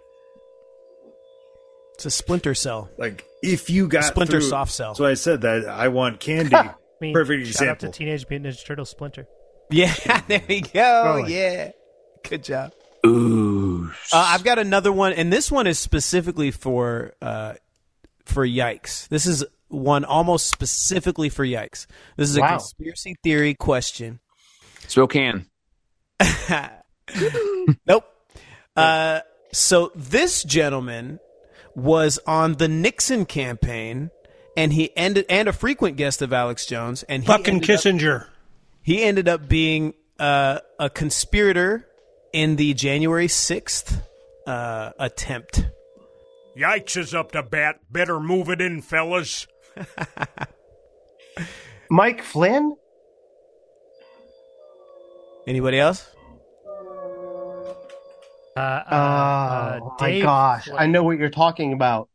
[SPEAKER 4] It's a splinter cell.
[SPEAKER 1] Like if you got
[SPEAKER 4] Splinter
[SPEAKER 1] through-
[SPEAKER 4] soft cell.
[SPEAKER 1] So I said that I want candy.
[SPEAKER 11] I mean,
[SPEAKER 1] Perfect
[SPEAKER 11] shout out to
[SPEAKER 1] example.
[SPEAKER 11] Teenage Mutant Ninja Turtle Splinter.
[SPEAKER 4] Yeah. there we go.
[SPEAKER 5] Really?
[SPEAKER 4] Yeah. Good job.
[SPEAKER 2] Ooh,
[SPEAKER 4] Uh, I've got another one, and this one is specifically for uh, for yikes. This is one almost specifically for yikes. This is a
[SPEAKER 5] Wow.
[SPEAKER 4] conspiracy theory question.
[SPEAKER 2] Spokane.
[SPEAKER 4] nope. Uh, so this gentleman was on the Nixon campaign, and he ended and a frequent guest of Alex Jones, and he
[SPEAKER 9] Fucking
[SPEAKER 4] ended up-
[SPEAKER 9] Kissinger.
[SPEAKER 4] he ended up being uh, a conspirator in the January sixth uh, attempt.
[SPEAKER 6] Yikes is up to bat. Better move it in, fellas.
[SPEAKER 5] Mike Flynn?
[SPEAKER 4] Anybody else?
[SPEAKER 11] Uh, uh,
[SPEAKER 5] Oh
[SPEAKER 11] uh,
[SPEAKER 5] my
[SPEAKER 11] Dave
[SPEAKER 5] gosh. I
[SPEAKER 11] Flynn.
[SPEAKER 5] know what you're talking about.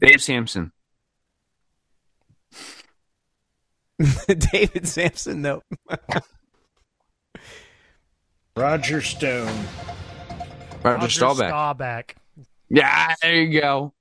[SPEAKER 2] Dave Sampson.
[SPEAKER 4] David Sampson, no.
[SPEAKER 1] Roger Stone.
[SPEAKER 2] Roger, Staubach.
[SPEAKER 11] Staubach.
[SPEAKER 2] Yeah, there you go.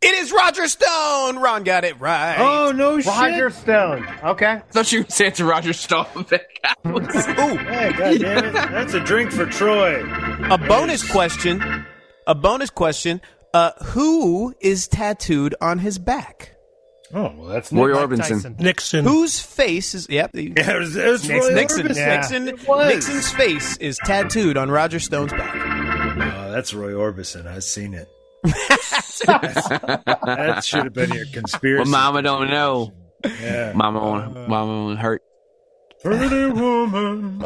[SPEAKER 4] It is Roger Stone. Ron got it right.
[SPEAKER 1] Oh no
[SPEAKER 5] Roger
[SPEAKER 1] shit!
[SPEAKER 5] Stone. Okay.
[SPEAKER 2] I thought you were saying it's Roger Staubach.
[SPEAKER 4] Ooh,
[SPEAKER 1] Yeah, God damn it! That's a drink for Troy.
[SPEAKER 4] a bonus question. A bonus question. Uh, who is tattooed on his back?
[SPEAKER 1] Oh well, that's
[SPEAKER 2] Roy
[SPEAKER 11] Mike
[SPEAKER 2] Orbison.
[SPEAKER 11] Tyson.
[SPEAKER 9] Nixon.
[SPEAKER 4] Whose face is? Yep. the-
[SPEAKER 1] Yeah, it was, it was
[SPEAKER 4] Nixon.
[SPEAKER 1] Roy
[SPEAKER 4] Nixon.
[SPEAKER 1] Orbison.
[SPEAKER 4] Nixon-
[SPEAKER 1] It was.
[SPEAKER 4] Nixon's face is tattooed on Roger Stone's back.
[SPEAKER 1] Oh, that's Roy Orbison. I've seen it. that should have been your
[SPEAKER 2] Well,
[SPEAKER 1] conspiracy.
[SPEAKER 2] Mama don't know.
[SPEAKER 1] Yeah. Uh,
[SPEAKER 2] Mama won't. Mama won't hurt.
[SPEAKER 1] Pretty woman.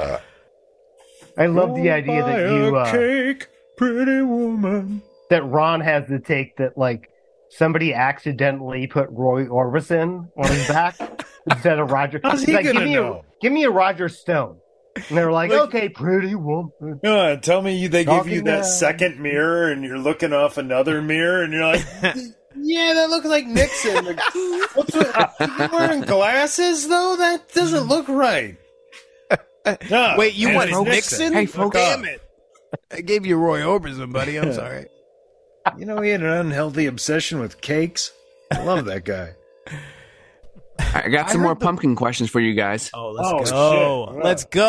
[SPEAKER 5] I love the idea that
[SPEAKER 1] buy a
[SPEAKER 5] you uh,
[SPEAKER 1] cake, pretty woman.
[SPEAKER 5] that Ron has the take that like somebody accidentally put Roy Orbison on his back instead of Roger.
[SPEAKER 1] How's
[SPEAKER 5] He's
[SPEAKER 1] he
[SPEAKER 5] like,
[SPEAKER 1] gonna
[SPEAKER 5] give me
[SPEAKER 1] know?"
[SPEAKER 5] a give me a Roger Stone, and they're like, okay, pretty woman.
[SPEAKER 1] Uh, tell me you- they give you
[SPEAKER 5] Talking
[SPEAKER 1] that
[SPEAKER 5] now.
[SPEAKER 1] second mirror and you're looking off another mirror and you're like,
[SPEAKER 8] Yeah, that looks like Nixon. Like, What's with you wearing glasses though? That doesn't look right.
[SPEAKER 1] "Ah,
[SPEAKER 4] Wait, you
[SPEAKER 1] and
[SPEAKER 4] want
[SPEAKER 1] it's
[SPEAKER 4] Oh, Nixon?
[SPEAKER 1] Hey,
[SPEAKER 4] folks. Damn it! I gave you Roy Orbison, buddy. I'm sorry.
[SPEAKER 1] You know, he had an unhealthy obsession with cakes. I love that guy.
[SPEAKER 2] I got some more pumpkin questions for you guys.
[SPEAKER 4] Oh,
[SPEAKER 1] let's
[SPEAKER 4] let's
[SPEAKER 1] go.
[SPEAKER 4] go. Let's go.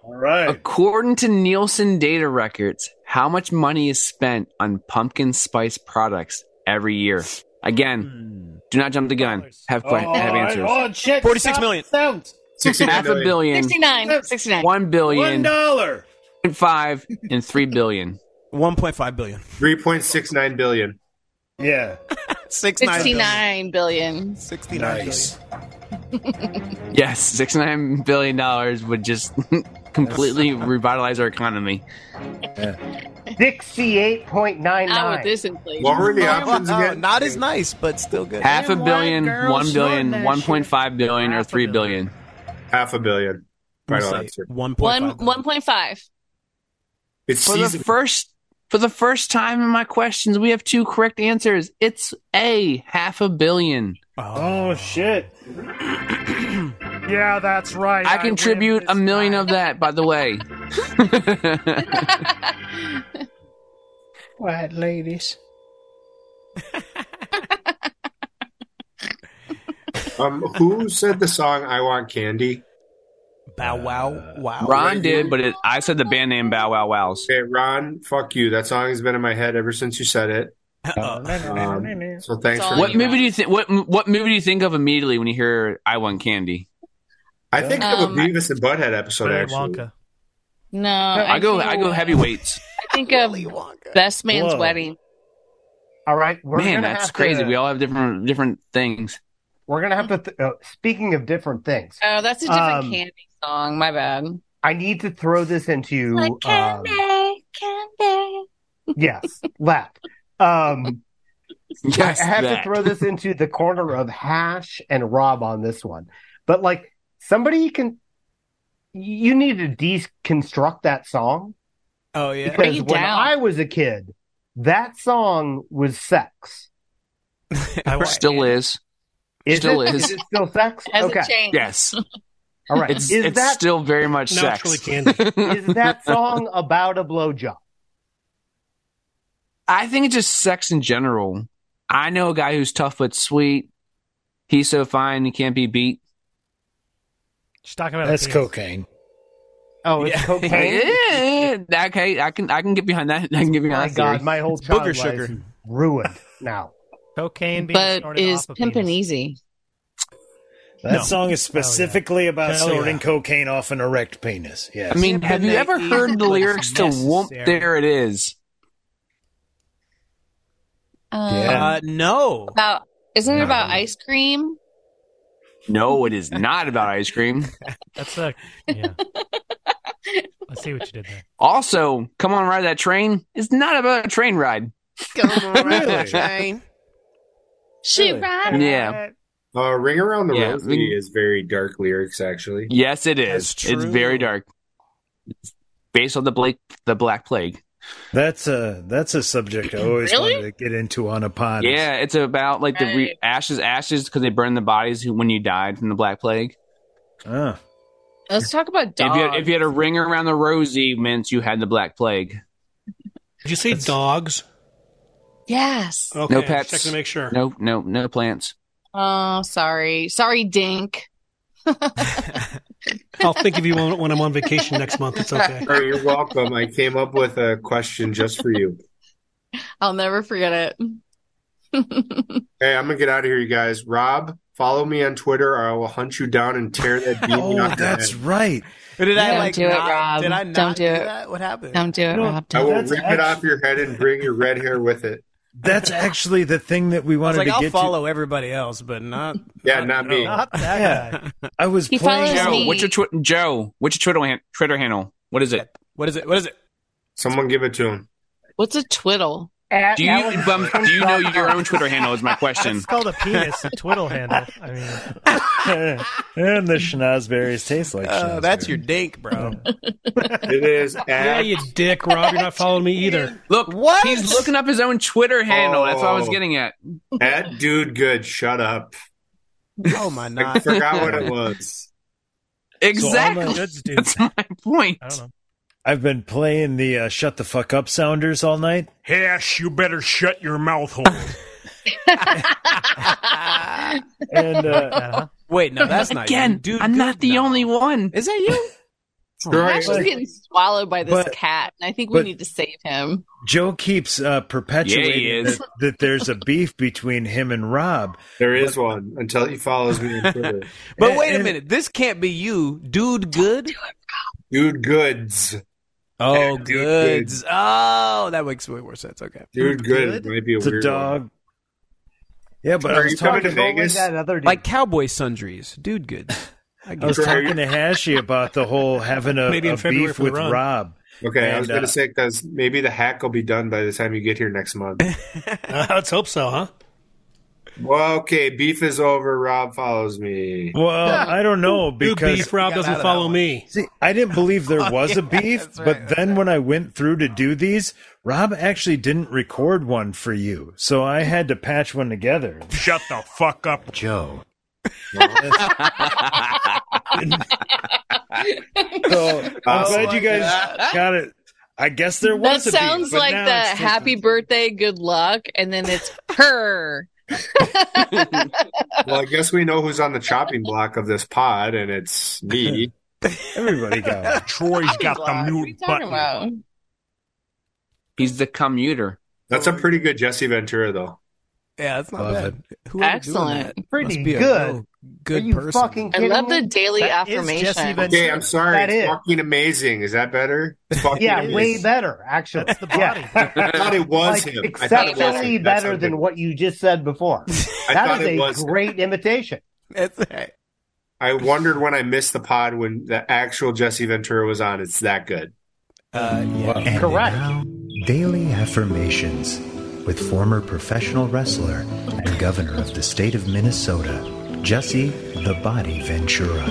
[SPEAKER 1] All right.
[SPEAKER 2] According to Nielsen data records, how much money is spent on pumpkin spice products every year? Again, do not jump the gun. Have que- have answers.
[SPEAKER 8] Oh, shit.
[SPEAKER 4] 46
[SPEAKER 8] stop
[SPEAKER 4] million.
[SPEAKER 8] the Sounds.
[SPEAKER 2] Half a billion,
[SPEAKER 3] 69. 69.
[SPEAKER 2] one
[SPEAKER 1] One
[SPEAKER 2] billion,
[SPEAKER 1] dollar.
[SPEAKER 2] five, and three billion.
[SPEAKER 4] 1.5 billion.
[SPEAKER 7] Three point six nine billion.
[SPEAKER 1] Yeah.
[SPEAKER 4] 69 billion.
[SPEAKER 3] 69 billion.
[SPEAKER 4] 69
[SPEAKER 1] Nice.
[SPEAKER 2] Yes, six nine billion dollars would just completely revitalize our economy.
[SPEAKER 5] Sixty-eight point nine
[SPEAKER 3] Not
[SPEAKER 5] nine.
[SPEAKER 3] with this inflation.
[SPEAKER 7] What were the
[SPEAKER 4] billion.
[SPEAKER 7] options
[SPEAKER 4] Wow,
[SPEAKER 7] again?
[SPEAKER 4] not as nice, but still good.
[SPEAKER 2] Half a
[SPEAKER 8] Damn white
[SPEAKER 2] billion,
[SPEAKER 8] girls
[SPEAKER 2] one billion,
[SPEAKER 8] snorting that
[SPEAKER 2] 1.5 billion, or
[SPEAKER 11] Half a
[SPEAKER 2] three
[SPEAKER 11] billion.
[SPEAKER 2] billion.
[SPEAKER 7] Half a billion. Right
[SPEAKER 4] Say
[SPEAKER 7] on. that's it.
[SPEAKER 3] One
[SPEAKER 4] 1.5 billion.
[SPEAKER 3] 1.5.
[SPEAKER 7] It's
[SPEAKER 2] For the
[SPEAKER 7] season.
[SPEAKER 2] first for the first time in my questions, we have two correct answers. It's a half a billion.
[SPEAKER 1] Oh shit.
[SPEAKER 11] Yeah, that's right.
[SPEAKER 2] I contribute
[SPEAKER 11] win
[SPEAKER 2] a
[SPEAKER 11] this
[SPEAKER 2] million
[SPEAKER 11] time.
[SPEAKER 2] of that, by the way.
[SPEAKER 8] White ladies.
[SPEAKER 7] um, who said the song "I Want Candy"?
[SPEAKER 4] Bow wow. Wow.
[SPEAKER 2] Ron did, but it, I said the band name Bow Wow Wows.
[SPEAKER 7] Okay, Ron, fuck you. That song has been in my head ever since you said it.
[SPEAKER 4] Uh,
[SPEAKER 7] Um, so thanks
[SPEAKER 3] It's
[SPEAKER 7] for
[SPEAKER 3] all
[SPEAKER 2] What movie do you think? What what movie do you think of immediately when you hear "I Want Candy"?
[SPEAKER 7] I think of a
[SPEAKER 3] Um,
[SPEAKER 7] Beavis and Butthead episode.
[SPEAKER 11] Willy
[SPEAKER 7] Actually,
[SPEAKER 11] Wonka.
[SPEAKER 3] No,
[SPEAKER 2] I go
[SPEAKER 3] think-
[SPEAKER 2] I go heavyweights.
[SPEAKER 3] I think of Best Man's
[SPEAKER 1] Whoa.
[SPEAKER 3] Wedding.
[SPEAKER 5] All right, we're
[SPEAKER 2] Man,
[SPEAKER 5] gonna
[SPEAKER 2] that's
[SPEAKER 5] have
[SPEAKER 2] crazy.
[SPEAKER 5] To,
[SPEAKER 2] We all have different different things.
[SPEAKER 5] We're gonna have to. Th- uh, speaking of different things,
[SPEAKER 3] Oh, that's a different
[SPEAKER 5] Um,
[SPEAKER 3] candy song. My bad.
[SPEAKER 5] I need to throw this into. um, yes, lap. Um,
[SPEAKER 2] Yes,
[SPEAKER 5] I have
[SPEAKER 2] that.
[SPEAKER 5] to throw this into the corner of Hash and Rob on this one. But like somebody can you need to deconstruct that song
[SPEAKER 4] Oh, yeah.
[SPEAKER 5] because
[SPEAKER 3] you
[SPEAKER 5] when
[SPEAKER 3] down?
[SPEAKER 5] I was a kid, that song was sex.
[SPEAKER 4] I want-
[SPEAKER 2] Still is.
[SPEAKER 5] Is
[SPEAKER 2] Still
[SPEAKER 5] it?
[SPEAKER 2] is.
[SPEAKER 5] it still sex?
[SPEAKER 3] Hasn't
[SPEAKER 5] okay.
[SPEAKER 3] changed.
[SPEAKER 2] Yes,
[SPEAKER 5] All right.
[SPEAKER 2] it's
[SPEAKER 5] is
[SPEAKER 2] it's
[SPEAKER 5] that
[SPEAKER 2] still very much
[SPEAKER 9] Naturally
[SPEAKER 2] sex.
[SPEAKER 9] candy.
[SPEAKER 5] is that song about a blowjob?
[SPEAKER 2] I think it's just sex in general. I know a guy who's tough but sweet. He's so fine he can't be beat.
[SPEAKER 11] She's talking about
[SPEAKER 1] That's
[SPEAKER 11] her penis.
[SPEAKER 1] cocaine.
[SPEAKER 5] Oh, it's cocaine.
[SPEAKER 2] Eh, okay, I can I can get behind that. I can get
[SPEAKER 5] Oh my
[SPEAKER 2] behind that.
[SPEAKER 5] god,
[SPEAKER 2] theory.
[SPEAKER 5] my whole child
[SPEAKER 4] Booger
[SPEAKER 5] life
[SPEAKER 4] sugar.
[SPEAKER 5] is ruined now.
[SPEAKER 11] Cocaine being
[SPEAKER 3] But
[SPEAKER 11] snorted
[SPEAKER 3] is
[SPEAKER 11] off a
[SPEAKER 3] pimpin'
[SPEAKER 11] penis.
[SPEAKER 3] easy?
[SPEAKER 1] That
[SPEAKER 11] No.
[SPEAKER 1] song is specifically about
[SPEAKER 11] Hell
[SPEAKER 1] snorting
[SPEAKER 11] yeah.
[SPEAKER 1] cocaine off an erect penis. Yes.
[SPEAKER 2] I mean, have you ever
[SPEAKER 4] Pimpin'
[SPEAKER 2] heard the
[SPEAKER 4] is
[SPEAKER 2] lyrics to "Whoop"?
[SPEAKER 4] necessary.
[SPEAKER 2] There it is.
[SPEAKER 3] Um,
[SPEAKER 1] Yeah.
[SPEAKER 4] Uh, no.
[SPEAKER 3] About isn't it about ice cream?
[SPEAKER 2] No, it is not about ice cream.
[SPEAKER 11] That's a yeah. Let's see what you did there.
[SPEAKER 2] Also, come on, ride that train. It's not about a train ride.
[SPEAKER 3] She
[SPEAKER 1] Really?
[SPEAKER 3] ride.
[SPEAKER 2] Yeah.
[SPEAKER 7] uh, "Ring Around the
[SPEAKER 2] Yeah,
[SPEAKER 7] Rosie"
[SPEAKER 2] we-
[SPEAKER 7] is very dark lyrics. Actually,
[SPEAKER 2] Yes, it is.
[SPEAKER 4] That's
[SPEAKER 2] It's
[SPEAKER 4] true.
[SPEAKER 2] very dark. It's based on the Blake, the Black Plague.
[SPEAKER 1] That's a that's a subject I always
[SPEAKER 3] Really?
[SPEAKER 1] wanted to get into on a pod.
[SPEAKER 2] Yeah, it's about like the re-
[SPEAKER 3] Right.
[SPEAKER 2] ashes, ashes, because they burn the bodies who, when you died from the Black Plague.
[SPEAKER 1] Ah.
[SPEAKER 3] Let's talk about
[SPEAKER 2] If
[SPEAKER 3] dogs.
[SPEAKER 2] you, if you had a ring around the rosy, meant you had the Black Plague.
[SPEAKER 9] Did you say dogs?
[SPEAKER 3] yes.
[SPEAKER 9] Okay,
[SPEAKER 2] No
[SPEAKER 9] just
[SPEAKER 2] pets.
[SPEAKER 9] Checking to make sure.
[SPEAKER 2] No, no, no plants.
[SPEAKER 3] Oh, sorry. Sorry, Dink.
[SPEAKER 9] I'll think of you when, when I'm on vacation next month. It's okay.
[SPEAKER 7] All right, you're welcome. I came up with a question just for you.
[SPEAKER 3] I'll never forget it.
[SPEAKER 7] Hey, I'm gonna get out of here, you guys. Rob, follow me on Twitter, or I will hunt you down and tear that demon
[SPEAKER 1] Oh,
[SPEAKER 7] off your
[SPEAKER 1] that's
[SPEAKER 7] head.
[SPEAKER 1] right.
[SPEAKER 4] Or did I
[SPEAKER 3] Don't
[SPEAKER 4] like
[SPEAKER 3] do it,
[SPEAKER 4] not-
[SPEAKER 3] Rob.
[SPEAKER 4] Did I not
[SPEAKER 3] Don't do it.
[SPEAKER 4] that? What happened?
[SPEAKER 3] Don't do it,
[SPEAKER 1] No,
[SPEAKER 3] Rob.
[SPEAKER 7] I
[SPEAKER 3] Don't.
[SPEAKER 7] will
[SPEAKER 1] That's
[SPEAKER 7] rip it
[SPEAKER 1] actu-
[SPEAKER 7] off your head and bring your red hair with it.
[SPEAKER 1] That's actually the thing that we
[SPEAKER 4] I was
[SPEAKER 1] wanted
[SPEAKER 4] like,
[SPEAKER 1] to
[SPEAKER 4] I'll
[SPEAKER 1] get
[SPEAKER 4] follow everybody else, but not.
[SPEAKER 7] Yeah, not me.
[SPEAKER 11] Not that
[SPEAKER 1] Yeah.
[SPEAKER 11] guy.
[SPEAKER 1] to. I was
[SPEAKER 3] He
[SPEAKER 1] playing
[SPEAKER 3] follows
[SPEAKER 2] Joe,
[SPEAKER 3] me.
[SPEAKER 2] what's your twi- Joe? What's your Twitter han- Twitter handle? What is it?
[SPEAKER 4] What is it? What is it?
[SPEAKER 7] Someone give it to him.
[SPEAKER 3] What's a twiddle?
[SPEAKER 2] Do you, bum, do you know your own Twitter handle? Is my question.
[SPEAKER 11] It's called a penis, a twiddle handle. I mean,
[SPEAKER 1] and the schnozberries taste like
[SPEAKER 4] Oh, that's your dink, bro.
[SPEAKER 7] It is
[SPEAKER 9] Yeah,
[SPEAKER 7] at
[SPEAKER 9] you dick, Rob. You're not following me either.
[SPEAKER 2] Look,
[SPEAKER 4] What?
[SPEAKER 2] he's looking up his own Twitter handle. That's what I was
[SPEAKER 7] Oh.
[SPEAKER 2] getting at.
[SPEAKER 7] at dude good. Shut up.
[SPEAKER 4] Oh my
[SPEAKER 7] I
[SPEAKER 4] god.
[SPEAKER 7] forgot what it was.
[SPEAKER 2] Exactly.
[SPEAKER 11] goods, dude.
[SPEAKER 2] That's my point.
[SPEAKER 11] I don't know.
[SPEAKER 1] I've been playing the uh, shut the fuck up sounders all night.
[SPEAKER 10] Hash, you better shut your mouth hole.
[SPEAKER 1] And uh,
[SPEAKER 11] Uh-huh.
[SPEAKER 4] Wait, no, that's not you.
[SPEAKER 2] Again,
[SPEAKER 4] Dude,
[SPEAKER 2] I'm
[SPEAKER 4] good
[SPEAKER 2] not the
[SPEAKER 4] now.
[SPEAKER 2] only one.
[SPEAKER 4] Is that you?
[SPEAKER 7] Troy,
[SPEAKER 1] Actually-
[SPEAKER 3] He's getting swallowed by this
[SPEAKER 1] But-
[SPEAKER 3] cat, and I think we
[SPEAKER 1] but-
[SPEAKER 3] need to save him.
[SPEAKER 1] Joe keeps uh, perpetuating
[SPEAKER 2] Yeah, he is.
[SPEAKER 1] that, that there's a beef between him and Rob.
[SPEAKER 7] there is one until he follows me on Twitter.
[SPEAKER 4] But
[SPEAKER 1] And-
[SPEAKER 4] wait a
[SPEAKER 1] and-
[SPEAKER 4] minute. This can't be you, dude. Good.
[SPEAKER 7] Dude goods.
[SPEAKER 4] Oh,
[SPEAKER 7] Dude
[SPEAKER 4] goods. Oh, that makes way more sense. Okay.
[SPEAKER 7] Dude good, might be a
[SPEAKER 1] It's a
[SPEAKER 7] weird one.
[SPEAKER 1] dog. Yeah, but I
[SPEAKER 7] Are
[SPEAKER 1] was
[SPEAKER 7] you coming
[SPEAKER 1] talking
[SPEAKER 7] to Vegas?
[SPEAKER 5] That other dude.
[SPEAKER 4] Like cowboy sundries, dude. Goods. I
[SPEAKER 1] I was
[SPEAKER 4] guess.
[SPEAKER 7] Troy, are you-
[SPEAKER 1] talking to Hashi about the whole having a,
[SPEAKER 9] Maybe in
[SPEAKER 1] a
[SPEAKER 9] February
[SPEAKER 1] beef
[SPEAKER 9] for the
[SPEAKER 1] with
[SPEAKER 9] run.
[SPEAKER 1] Rob.
[SPEAKER 7] Okay, I
[SPEAKER 1] And,
[SPEAKER 7] was going
[SPEAKER 1] uh,
[SPEAKER 7] to 'cause say because maybe the hack will be done by the time you get here next month.
[SPEAKER 9] Uh, let's hope so, huh?
[SPEAKER 7] well, okay, beef is over. Rob follows me.
[SPEAKER 1] Well, I don't know
[SPEAKER 9] Dude,
[SPEAKER 1] because
[SPEAKER 9] beef Rob
[SPEAKER 4] got out
[SPEAKER 9] doesn't
[SPEAKER 4] of
[SPEAKER 9] follow
[SPEAKER 4] that
[SPEAKER 9] me.
[SPEAKER 1] see, I didn't believe there was a beef,
[SPEAKER 4] Oh, that's right,
[SPEAKER 1] but
[SPEAKER 4] that's
[SPEAKER 1] then when I went through to do these, Rob actually didn't record one for you, so I had to patch one together.
[SPEAKER 10] Shut the fuck up.
[SPEAKER 1] Joe. so I'm glad you guys got it. I guess there
[SPEAKER 3] That
[SPEAKER 1] was. a beef,
[SPEAKER 3] sounds
[SPEAKER 1] but
[SPEAKER 3] like
[SPEAKER 1] now
[SPEAKER 3] the
[SPEAKER 1] it's just-
[SPEAKER 3] happy birthday, good luck, and then it's her.
[SPEAKER 7] Well, I guess we know who's on the chopping block of this pod, and it's me.
[SPEAKER 1] Everybody got it.
[SPEAKER 10] Troy's got
[SPEAKER 3] What are
[SPEAKER 10] the
[SPEAKER 3] you
[SPEAKER 10] mute button.
[SPEAKER 3] talking about?
[SPEAKER 2] He's the commuter.
[SPEAKER 7] That's a pretty good Jesse Ventura, though.
[SPEAKER 4] Yeah, that's not
[SPEAKER 1] Love
[SPEAKER 4] bad. Whoever doing
[SPEAKER 3] Excellent.
[SPEAKER 4] that
[SPEAKER 5] Pretty
[SPEAKER 4] must be a
[SPEAKER 5] good.
[SPEAKER 4] real
[SPEAKER 5] Are
[SPEAKER 4] good
[SPEAKER 5] you
[SPEAKER 4] person.
[SPEAKER 5] fucking
[SPEAKER 3] I
[SPEAKER 5] kidding
[SPEAKER 3] love
[SPEAKER 5] me?
[SPEAKER 3] the daily
[SPEAKER 11] That is
[SPEAKER 3] affirmation.
[SPEAKER 11] Jesse Ventura.
[SPEAKER 7] Okay, I'm sorry.
[SPEAKER 5] That
[SPEAKER 7] it's
[SPEAKER 5] is.
[SPEAKER 7] fucking amazing. Is that better? It's fucking
[SPEAKER 5] Yeah,
[SPEAKER 7] amazing.
[SPEAKER 5] way better, actually.
[SPEAKER 11] That's the body.
[SPEAKER 7] I thought it was
[SPEAKER 5] Like,
[SPEAKER 7] him. I thought it was
[SPEAKER 5] exceptionally
[SPEAKER 7] him. That's
[SPEAKER 5] better
[SPEAKER 7] how
[SPEAKER 5] than
[SPEAKER 7] good-
[SPEAKER 5] what you just said before.
[SPEAKER 7] I
[SPEAKER 5] That
[SPEAKER 7] thought
[SPEAKER 5] is
[SPEAKER 7] it
[SPEAKER 5] a
[SPEAKER 7] was.
[SPEAKER 5] great imitation.
[SPEAKER 4] That's right.
[SPEAKER 7] I wondered when I missed the pod when the actual Jesse Ventura was on. It's that good.
[SPEAKER 4] Uh, yeah.
[SPEAKER 5] Correct.
[SPEAKER 6] Daily Affirmations with former professional wrestler and governor of the state of Minnesota, Jesse the Body Ventura.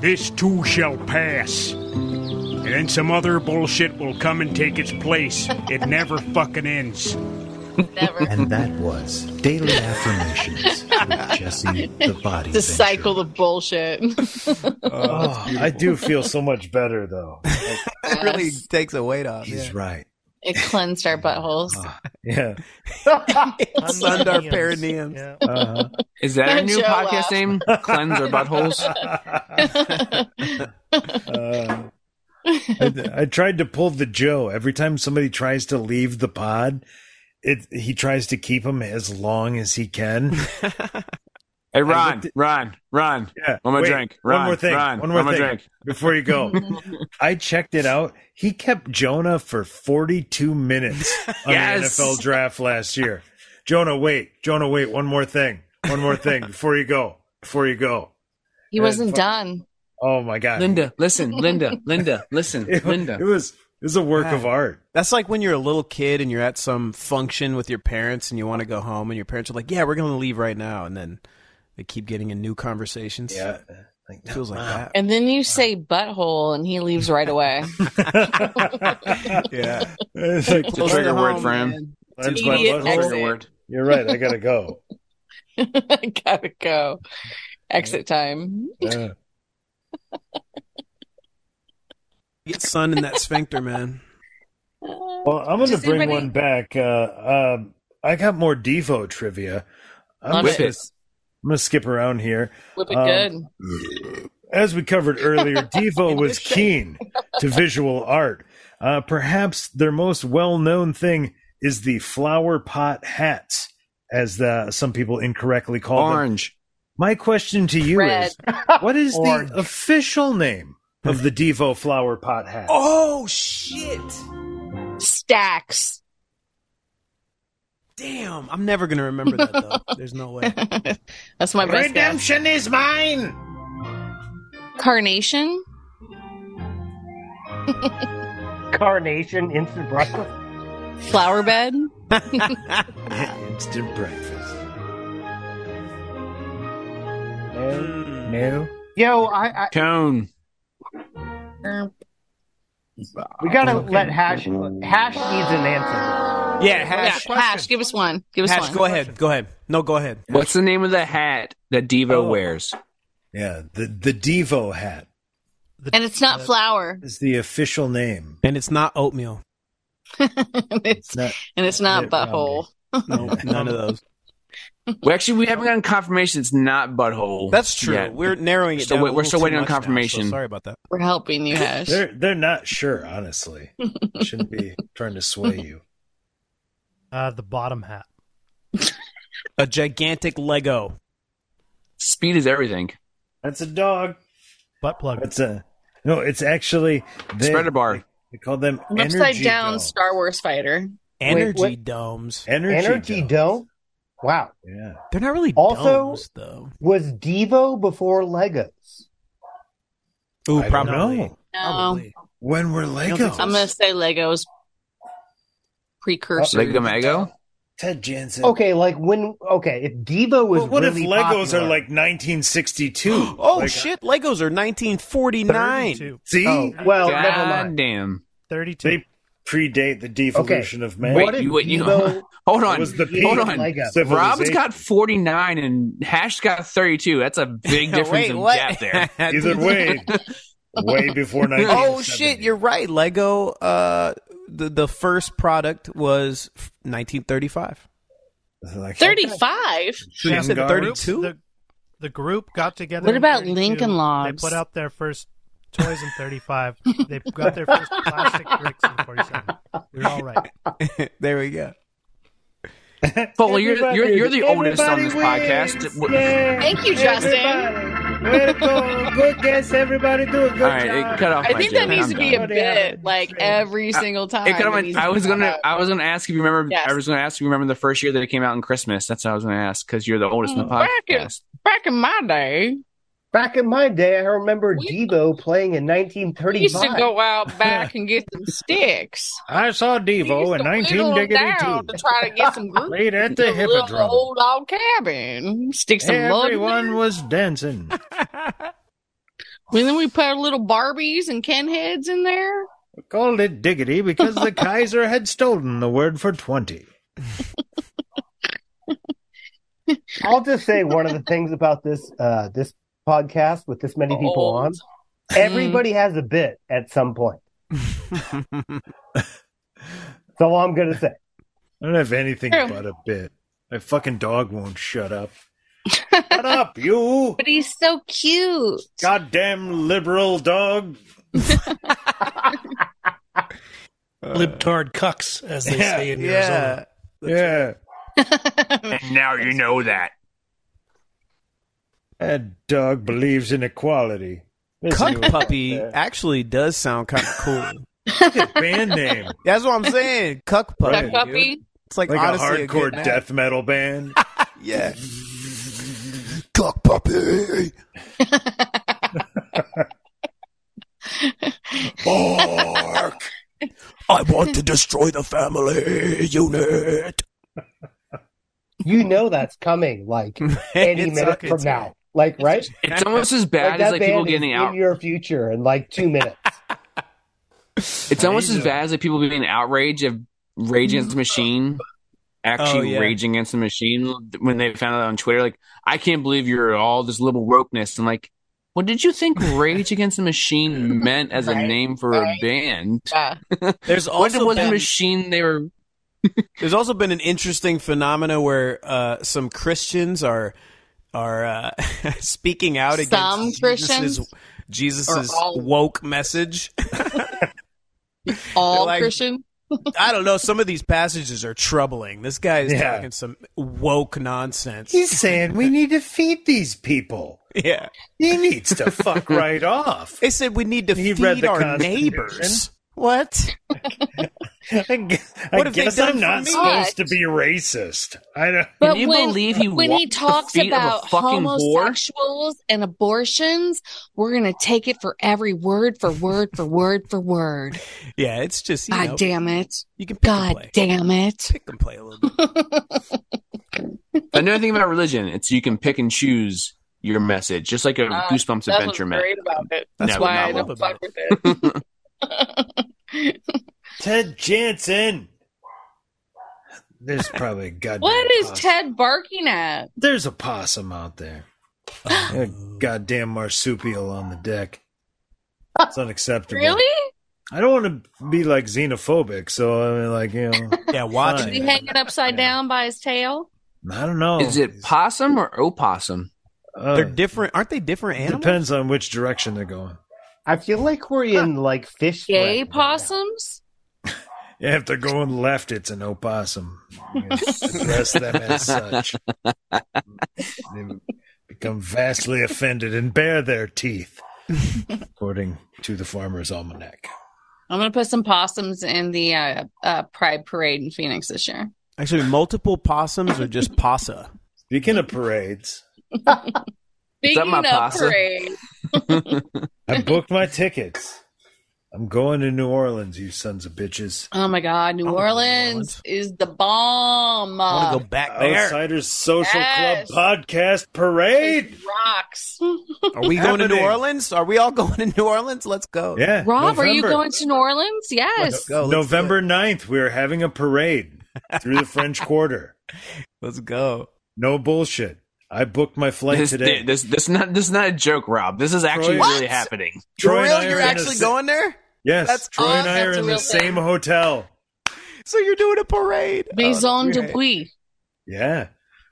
[SPEAKER 10] This too shall pass. And then some other bullshit will come and take its place. It never fucking ends.
[SPEAKER 3] Never.
[SPEAKER 6] And that was Daily Affirmations with Jesse the Body
[SPEAKER 3] It's a cycle of bullshit.
[SPEAKER 1] Oh, I do feel so much better though.
[SPEAKER 4] It really
[SPEAKER 3] Yes.
[SPEAKER 4] takes a weight off.
[SPEAKER 6] He's
[SPEAKER 4] Yeah.
[SPEAKER 6] right.
[SPEAKER 3] It cleansed our buttholes.
[SPEAKER 10] Ah.
[SPEAKER 1] Yeah.
[SPEAKER 4] Sunned our
[SPEAKER 11] Undineums.
[SPEAKER 4] perineums.
[SPEAKER 11] Yeah.
[SPEAKER 1] Uh-huh.
[SPEAKER 2] Is that our
[SPEAKER 3] That
[SPEAKER 2] new
[SPEAKER 3] Joe
[SPEAKER 2] podcast
[SPEAKER 3] laugh.
[SPEAKER 2] name? Cleanse our buttholes.
[SPEAKER 1] Uh, I, I tried to pull the Joe every time somebody tries to leave the pod. It he tries to keep him as long as he can.
[SPEAKER 2] Hey, Ron, Ron, Ron.
[SPEAKER 1] Yeah.
[SPEAKER 2] One more
[SPEAKER 1] Wait,
[SPEAKER 2] drink. Ron,
[SPEAKER 1] one more thing.
[SPEAKER 2] Ron,
[SPEAKER 1] one more thing.
[SPEAKER 2] drink.
[SPEAKER 1] Before you go, I checked it out. He kept Jonah for 42 minutes on
[SPEAKER 2] Yes.
[SPEAKER 1] the NFL draft last year. Jonah, wait. Jonah, wait. One more thing. One more thing before you go. Before you go.
[SPEAKER 3] He wasn't done.
[SPEAKER 1] Oh my god.
[SPEAKER 2] Linda, listen. Linda, Linda, listen.
[SPEAKER 1] it,
[SPEAKER 2] Linda.
[SPEAKER 1] It was it was a work of
[SPEAKER 4] Wow.
[SPEAKER 1] art.
[SPEAKER 4] That's like when you're a little kid and you're at some function with your parents and you want to go home and your parents are like, "Yeah, we're going to leave right now," and then they keep getting in new conversations.
[SPEAKER 1] Yeah. Like,
[SPEAKER 4] It feels like that.
[SPEAKER 3] And then you say butthole, and he leaves right away.
[SPEAKER 4] yeah,
[SPEAKER 1] it's
[SPEAKER 2] It's
[SPEAKER 1] like
[SPEAKER 2] a trigger
[SPEAKER 4] Close to
[SPEAKER 2] word
[SPEAKER 4] home,
[SPEAKER 2] for him.
[SPEAKER 4] man.
[SPEAKER 1] that's my
[SPEAKER 3] Immediate
[SPEAKER 1] butthole.
[SPEAKER 3] exit.
[SPEAKER 2] Trigger word.
[SPEAKER 1] You're right. I gotta go.
[SPEAKER 3] Gotta go. Exit time.
[SPEAKER 1] Yeah.
[SPEAKER 4] Get sun in that sphincter, man.
[SPEAKER 3] Uh,
[SPEAKER 1] Well, I'm going to
[SPEAKER 3] Does
[SPEAKER 1] bring
[SPEAKER 3] anybody-
[SPEAKER 1] one back. Uh, um, I got more Devo trivia. I'm,
[SPEAKER 3] Love
[SPEAKER 1] just-
[SPEAKER 2] Whip
[SPEAKER 3] it.
[SPEAKER 2] it.
[SPEAKER 1] I'm going to skip around here.
[SPEAKER 3] Whip it
[SPEAKER 1] Um,
[SPEAKER 3] good.
[SPEAKER 1] As we covered earlier, Devo was keen to visual art. Uh, perhaps their most well known thing is the flower pot hats, as the, some people incorrectly call them.
[SPEAKER 2] Orange.
[SPEAKER 1] My question to you
[SPEAKER 3] Red.
[SPEAKER 1] is what is the
[SPEAKER 5] Orange.
[SPEAKER 1] official name of the Devo flower pot hat?
[SPEAKER 4] Oh shit!
[SPEAKER 3] Stacks.
[SPEAKER 4] Damn, I'm never gonna remember that though. There's no way.
[SPEAKER 3] That's my best guess.
[SPEAKER 8] Redemption is mine.
[SPEAKER 3] Carnation?
[SPEAKER 5] Carnation instant breakfast.
[SPEAKER 3] Flower bed.
[SPEAKER 1] Instant breakfast.
[SPEAKER 5] No. No. Yo, I, I
[SPEAKER 2] Cone.
[SPEAKER 5] we gotta let Hash uh, Hash needs an answer.
[SPEAKER 4] Yeah,
[SPEAKER 3] Yeah,
[SPEAKER 4] hash.
[SPEAKER 3] hash. Give us one. Give us
[SPEAKER 4] Hash,
[SPEAKER 3] one.
[SPEAKER 4] go ahead. Go ahead. No, go ahead.
[SPEAKER 2] What's the name of the hat that Devo
[SPEAKER 1] Oh.
[SPEAKER 2] wears?
[SPEAKER 1] Yeah, the the Devo hat
[SPEAKER 3] And it's not flower.
[SPEAKER 1] is the official name.
[SPEAKER 4] And it's not oatmeal.
[SPEAKER 3] and, it's,
[SPEAKER 1] not-
[SPEAKER 3] and it's not
[SPEAKER 1] Yeah,
[SPEAKER 3] butthole.
[SPEAKER 4] No, none of those.
[SPEAKER 2] Well, actually, we haven't gotten confirmation. It's not butthole.
[SPEAKER 4] That's true.
[SPEAKER 2] yet.
[SPEAKER 4] We're narrowing it
[SPEAKER 2] Still
[SPEAKER 4] down.
[SPEAKER 2] wait-
[SPEAKER 4] a
[SPEAKER 2] we're
[SPEAKER 4] little
[SPEAKER 2] still
[SPEAKER 4] too
[SPEAKER 2] waiting on
[SPEAKER 4] much now, so
[SPEAKER 2] confirmation.
[SPEAKER 4] sorry about that.
[SPEAKER 3] We're helping you, Hash.
[SPEAKER 1] They're they're not sure, honestly. Shouldn't be trying to sway you.
[SPEAKER 11] Uh, the bottom hat.
[SPEAKER 4] A gigantic Lego.
[SPEAKER 2] speed is everything.
[SPEAKER 1] That's a dog.
[SPEAKER 11] Butt plug.
[SPEAKER 1] That's a uh, no. It's actually they,
[SPEAKER 2] Spreader bar.
[SPEAKER 1] They call them
[SPEAKER 3] Upside
[SPEAKER 1] energy
[SPEAKER 3] down
[SPEAKER 1] dogs.
[SPEAKER 3] Star Wars fighter.
[SPEAKER 4] Energy
[SPEAKER 5] what?
[SPEAKER 2] Eh.
[SPEAKER 4] domes.
[SPEAKER 1] Energy,
[SPEAKER 5] Energy
[SPEAKER 1] dogs.
[SPEAKER 5] dough. Wow.
[SPEAKER 1] Yeah.
[SPEAKER 4] They're not really
[SPEAKER 5] Also-
[SPEAKER 4] domes, though.
[SPEAKER 5] Was Devo before Legos?
[SPEAKER 4] Ooh,
[SPEAKER 1] I don't
[SPEAKER 4] probably.
[SPEAKER 1] know.
[SPEAKER 3] No,
[SPEAKER 4] Probably.
[SPEAKER 1] When were Legos?
[SPEAKER 3] I'm gonna say Legos precursor.
[SPEAKER 2] Lego Mago.
[SPEAKER 1] Ted Jansen.
[SPEAKER 5] Okay, like when? Okay, if Devo was
[SPEAKER 1] Well, what
[SPEAKER 5] really
[SPEAKER 1] if Legos
[SPEAKER 5] popular-
[SPEAKER 1] are like 1962?
[SPEAKER 4] Oh,
[SPEAKER 1] Like, uh,
[SPEAKER 4] shit. Legos are 1949.
[SPEAKER 11] 32.
[SPEAKER 1] See,
[SPEAKER 5] Oh, well, never
[SPEAKER 2] God
[SPEAKER 5] mind.
[SPEAKER 2] damn.
[SPEAKER 11] 32.
[SPEAKER 1] they predate the devolution of man.
[SPEAKER 5] What
[SPEAKER 2] Wait,
[SPEAKER 5] if
[SPEAKER 2] you- wait, you-
[SPEAKER 5] Devo
[SPEAKER 2] Hold on.
[SPEAKER 1] was the peak
[SPEAKER 2] Hold
[SPEAKER 5] of
[SPEAKER 2] on.
[SPEAKER 5] Lego?
[SPEAKER 1] civilization.
[SPEAKER 2] Rob's got 49 and Hash got 32. That's a big difference
[SPEAKER 4] Wait,
[SPEAKER 2] in
[SPEAKER 4] what?
[SPEAKER 2] gap there.
[SPEAKER 1] Either way, way before 1970.
[SPEAKER 4] oh shit, you're right. Lego. Uh, the the first product was 1935.
[SPEAKER 1] Like,
[SPEAKER 3] Thirty-five.
[SPEAKER 4] So you said
[SPEAKER 1] Shamgar.
[SPEAKER 4] 32.
[SPEAKER 11] The, the group got together.
[SPEAKER 3] What
[SPEAKER 11] in
[SPEAKER 3] about
[SPEAKER 11] 32.
[SPEAKER 3] Lincoln Logs?
[SPEAKER 11] They put out their first toys in 35. they got their first plastic bricks in 47. You're all right.
[SPEAKER 4] there we go.
[SPEAKER 2] Foley, you're, you're, you're the oldest on this
[SPEAKER 5] Everybody
[SPEAKER 2] podcast.
[SPEAKER 5] wins.
[SPEAKER 2] What-
[SPEAKER 5] Yeah.
[SPEAKER 3] Thank you, Justin.
[SPEAKER 5] Everybody. Way to go. Good guess, everybody. Do a good
[SPEAKER 2] All right, it cut off.
[SPEAKER 3] I
[SPEAKER 2] my
[SPEAKER 3] think that
[SPEAKER 2] joke.
[SPEAKER 3] needs
[SPEAKER 2] I'm
[SPEAKER 3] to be a
[SPEAKER 2] done.
[SPEAKER 5] done. Yeah.
[SPEAKER 3] bit, like every single time.
[SPEAKER 2] Uh, It cut off
[SPEAKER 3] it
[SPEAKER 2] my-
[SPEAKER 3] needs to
[SPEAKER 2] I was
[SPEAKER 3] be
[SPEAKER 2] gonna.
[SPEAKER 3] cut out.
[SPEAKER 2] I was gonna ask if you remember.
[SPEAKER 3] Yes.
[SPEAKER 2] I was gonna ask if you remember the first year that it came out in Christmas. That's what I was gonna ask because you're the oldest in the
[SPEAKER 3] Mm, bracket.
[SPEAKER 2] podcast.
[SPEAKER 3] Back in my day,
[SPEAKER 5] Back in my day, I remember
[SPEAKER 3] We-
[SPEAKER 5] Devo playing in
[SPEAKER 3] we used
[SPEAKER 5] 1935.
[SPEAKER 3] to go out back and get some sticks.
[SPEAKER 1] "Oh, I saw
[SPEAKER 3] We used
[SPEAKER 1] Devo
[SPEAKER 3] to
[SPEAKER 1] in
[SPEAKER 3] whittle
[SPEAKER 1] 19
[SPEAKER 3] them
[SPEAKER 1] diggity
[SPEAKER 3] down
[SPEAKER 1] two.
[SPEAKER 3] to try to get some group
[SPEAKER 1] Played at the
[SPEAKER 3] a little
[SPEAKER 1] hippodrome.
[SPEAKER 3] old log cabin. Stick some mud. in there.
[SPEAKER 1] Everyone was dancing.
[SPEAKER 3] And then we put little Barbies and Ken heads in there.
[SPEAKER 1] We called it diggity because the Kaiser had stolen the word for 20.
[SPEAKER 5] I'll just say one of the things about this uh, this podcast with this many people
[SPEAKER 3] Old.
[SPEAKER 5] on. Everybody has a bit at some point. That's all I'm gonna say.
[SPEAKER 1] I don't have anything
[SPEAKER 3] True.
[SPEAKER 1] but a bit. My fucking dog won't shut up. shut up, you
[SPEAKER 3] But he's so cute.
[SPEAKER 1] goddamn liberal dog.
[SPEAKER 9] Libtard cucks, as they
[SPEAKER 1] Yeah,
[SPEAKER 9] say in
[SPEAKER 4] Yeah.
[SPEAKER 1] yeah.
[SPEAKER 2] And now you know that.
[SPEAKER 1] That dog believes in equality. Listen to
[SPEAKER 4] Cuck
[SPEAKER 1] it.
[SPEAKER 4] puppy actually does sound kind of cool.
[SPEAKER 1] His band name.
[SPEAKER 4] That's what I'm saying. Cuck puppy.
[SPEAKER 3] Duck puppy.
[SPEAKER 4] dude. It's like,
[SPEAKER 1] Like
[SPEAKER 4] honestly
[SPEAKER 1] a hardcore
[SPEAKER 4] good name.
[SPEAKER 1] death metal band.
[SPEAKER 4] Yeah. Cuck puppy.
[SPEAKER 1] Bark!
[SPEAKER 4] I want to destroy the family unit.
[SPEAKER 5] You know that's coming like any
[SPEAKER 4] It's
[SPEAKER 5] minute
[SPEAKER 4] okay,
[SPEAKER 5] from
[SPEAKER 4] it's
[SPEAKER 5] now. Like right?
[SPEAKER 2] It's almost as bad
[SPEAKER 5] Like
[SPEAKER 2] as
[SPEAKER 5] that
[SPEAKER 2] like
[SPEAKER 5] band
[SPEAKER 2] people
[SPEAKER 5] is
[SPEAKER 2] getting
[SPEAKER 5] in
[SPEAKER 2] out.
[SPEAKER 5] your future in like two minutes.
[SPEAKER 2] It's almost as bad as like people being outraged of Rage Against the Machine. Actually,
[SPEAKER 4] Oh, yeah.
[SPEAKER 2] Rage Against the Machine when they found out on Twitter, like, I can't believe you're all this liberal wokeness. And like, well, did you think Rage Against the Machine meant as a
[SPEAKER 3] Right,
[SPEAKER 2] name for
[SPEAKER 3] right.
[SPEAKER 2] a band?
[SPEAKER 3] Yeah.
[SPEAKER 4] There's
[SPEAKER 2] What
[SPEAKER 4] also
[SPEAKER 2] was the
[SPEAKER 4] been,
[SPEAKER 2] machine they were?
[SPEAKER 4] there's also been an interesting phenomena where uh, some Christians are are uh, speaking out
[SPEAKER 3] Some
[SPEAKER 4] against
[SPEAKER 3] Christians?
[SPEAKER 4] Jesus's, Jesus's
[SPEAKER 3] Or all?
[SPEAKER 4] woke message.
[SPEAKER 3] All
[SPEAKER 4] They're like-
[SPEAKER 3] Christian.
[SPEAKER 4] I don't know. Some of these passages are troubling. This guy is
[SPEAKER 1] Yeah.
[SPEAKER 4] talking some woke nonsense.
[SPEAKER 1] He's saying we need to feed these people.
[SPEAKER 4] yeah,
[SPEAKER 1] He needs to fuck right off.
[SPEAKER 4] they said we need to
[SPEAKER 1] He
[SPEAKER 4] feed
[SPEAKER 1] read the
[SPEAKER 4] our
[SPEAKER 1] Constitution.
[SPEAKER 4] neighbors. What?
[SPEAKER 1] I gu- I
[SPEAKER 3] What have they
[SPEAKER 1] guess
[SPEAKER 3] done
[SPEAKER 1] I'm
[SPEAKER 3] for
[SPEAKER 1] not
[SPEAKER 3] me?
[SPEAKER 1] supposed to be racist. I don't.
[SPEAKER 3] But when, when he talks about homosexuals and abortions, we're gonna take it for every word, for word, for word, for word.
[SPEAKER 4] Yeah, it's just you
[SPEAKER 3] God
[SPEAKER 4] know,
[SPEAKER 3] damn it!
[SPEAKER 4] You can
[SPEAKER 3] God damn it!
[SPEAKER 4] Pick and play a little.
[SPEAKER 2] Another thing about religion, it's you can pick and choose your message, just like a
[SPEAKER 3] Ah,
[SPEAKER 2] Goosebumps
[SPEAKER 3] that was
[SPEAKER 2] adventure map.
[SPEAKER 3] great about it.
[SPEAKER 2] No,
[SPEAKER 3] That's why
[SPEAKER 2] not
[SPEAKER 3] I
[SPEAKER 2] well.
[SPEAKER 3] don't fuck with it.
[SPEAKER 1] Ted Jansen. There's probably a goddamn.
[SPEAKER 3] What is
[SPEAKER 1] possum.
[SPEAKER 3] Ted barking at?
[SPEAKER 1] There's a possum out there. a goddamn marsupial on the deck. It's unacceptable.
[SPEAKER 3] Really?
[SPEAKER 1] I don't want to be like xenophobic, so I mean, like you know.
[SPEAKER 4] Yeah,
[SPEAKER 1] watch
[SPEAKER 3] Is he hanging upside down by his tail?
[SPEAKER 1] I don't know.
[SPEAKER 2] Is it possum or opossum?
[SPEAKER 1] Uh, They're
[SPEAKER 4] different, aren't they? Different animals.
[SPEAKER 1] Depends on which direction they're going.
[SPEAKER 5] I feel like we're in like fish.
[SPEAKER 3] Gay possums?
[SPEAKER 1] If they're going left, it's an opossum. You address them as such. They become vastly offended and bare their teeth, according to the Farmer's Almanac.
[SPEAKER 3] I'm gonna put some possums in the uh, uh, Pride Parade in Phoenix this year.
[SPEAKER 4] Actually, multiple possums or just pasa?
[SPEAKER 1] Speaking of parades,
[SPEAKER 3] Speaking
[SPEAKER 4] my
[SPEAKER 3] of
[SPEAKER 4] possum?
[SPEAKER 3] parade,
[SPEAKER 1] I booked my tickets. I'm going to New Orleans, you sons of bitches.
[SPEAKER 3] oh my God, New Orleans is the bomb.
[SPEAKER 4] back
[SPEAKER 3] there.
[SPEAKER 1] Outsiders Social
[SPEAKER 3] Yes.
[SPEAKER 1] Club Podcast Parade.
[SPEAKER 3] Rocks.
[SPEAKER 4] Are we going to New
[SPEAKER 1] Happening.
[SPEAKER 4] Orleans? Are we all going to New Orleans? Let's go.
[SPEAKER 1] Yeah.
[SPEAKER 3] Rob, are you
[SPEAKER 1] November.
[SPEAKER 3] going to New Orleans? Yes.
[SPEAKER 1] November 9th, we are having a parade through the French Quarter.
[SPEAKER 4] Let's go.
[SPEAKER 1] No bullshit. I booked my flight
[SPEAKER 2] This,
[SPEAKER 1] today.
[SPEAKER 2] this, this, not, this is not a joke, Rob. This is actually
[SPEAKER 1] Troy-
[SPEAKER 2] really
[SPEAKER 1] What?
[SPEAKER 2] happening.
[SPEAKER 1] Troy
[SPEAKER 4] For
[SPEAKER 1] and
[SPEAKER 4] real?
[SPEAKER 1] I are
[SPEAKER 4] You're
[SPEAKER 1] in a
[SPEAKER 4] actually
[SPEAKER 1] si-
[SPEAKER 4] going there?
[SPEAKER 1] Yes,
[SPEAKER 4] That's
[SPEAKER 1] Troy and I
[SPEAKER 4] awesome.
[SPEAKER 1] are
[SPEAKER 4] That's
[SPEAKER 1] in
[SPEAKER 4] a
[SPEAKER 1] the
[SPEAKER 4] real
[SPEAKER 1] same
[SPEAKER 4] thing.
[SPEAKER 1] hotel.
[SPEAKER 4] So you're doing a parade?
[SPEAKER 3] Maison
[SPEAKER 4] that's
[SPEAKER 3] de
[SPEAKER 4] great.
[SPEAKER 3] Puy.
[SPEAKER 1] Yeah.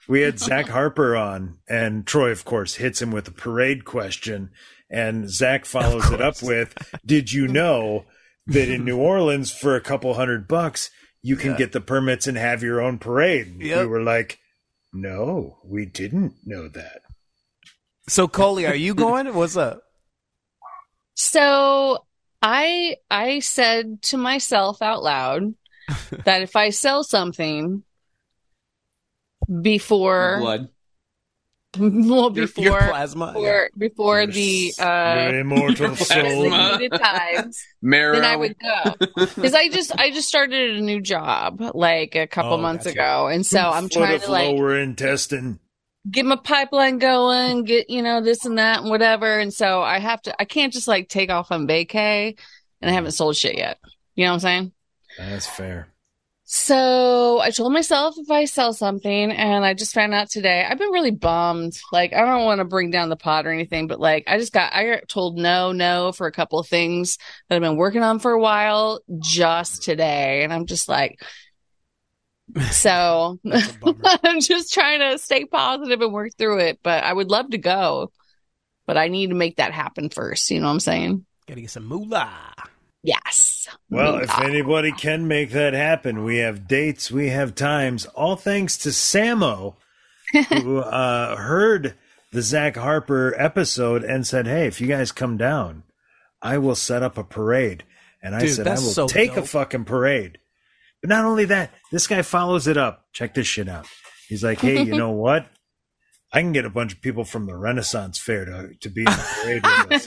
[SPEAKER 1] We had Zach Harper on, and Troy, of course, hits him with a parade question. And Zach follows it up with Did you know that in New Orleans, for a couple hundred bucks, you can
[SPEAKER 4] Yeah.
[SPEAKER 1] get the permits and have your own parade?
[SPEAKER 4] Yep.
[SPEAKER 1] We were like, No, we didn't know that.
[SPEAKER 4] So Coley, are you going? What's up?
[SPEAKER 3] So I I said to myself out loud that if I sell something before
[SPEAKER 2] Blood.
[SPEAKER 3] well
[SPEAKER 4] Your-
[SPEAKER 3] before
[SPEAKER 4] your plasma,
[SPEAKER 3] before, before the uh
[SPEAKER 1] Your immortal soul.
[SPEAKER 3] designated times
[SPEAKER 2] Marrow.
[SPEAKER 3] then I would go because I just I just started a new job like a couple
[SPEAKER 4] Oh,
[SPEAKER 3] months
[SPEAKER 4] that's
[SPEAKER 3] ago and so I'm
[SPEAKER 1] Foot
[SPEAKER 3] trying
[SPEAKER 1] of
[SPEAKER 3] to like
[SPEAKER 1] lower intestine.
[SPEAKER 3] get my pipeline going, get you know this and that and whatever. And so I have to, I can't just like take off on vacay, and I haven't sold shit yet. You know what I'm saying?
[SPEAKER 1] That's fair.
[SPEAKER 3] So I told myself if I sell something, and I just found out today, I've been really bummed. Like I don't want to bring down the pot or anything, but like I just got I got told no, no for a couple of things that I've been working on for a while just today, and I'm just like. So I'm just trying to stay positive and work through it. But I would love to go, but I need to make that happen first. You know what I'm saying?
[SPEAKER 4] Gotta get some moolah.
[SPEAKER 3] Yes.
[SPEAKER 1] Well, if anybody can make that happen, we have dates, we have times, all thanks to Samo, who uh, heard the Zach Harper episode and said, Hey, if you guys come down, I will set up a parade. And I
[SPEAKER 4] Dude,
[SPEAKER 1] said, I will
[SPEAKER 4] that's so
[SPEAKER 1] take a
[SPEAKER 4] dope.
[SPEAKER 1] fucking parade. But not only that, this guy follows it up. Check this shit out. He's like, Hey, you know what? I can get a bunch of people from the Renaissance Fair to, to be in the parade with us.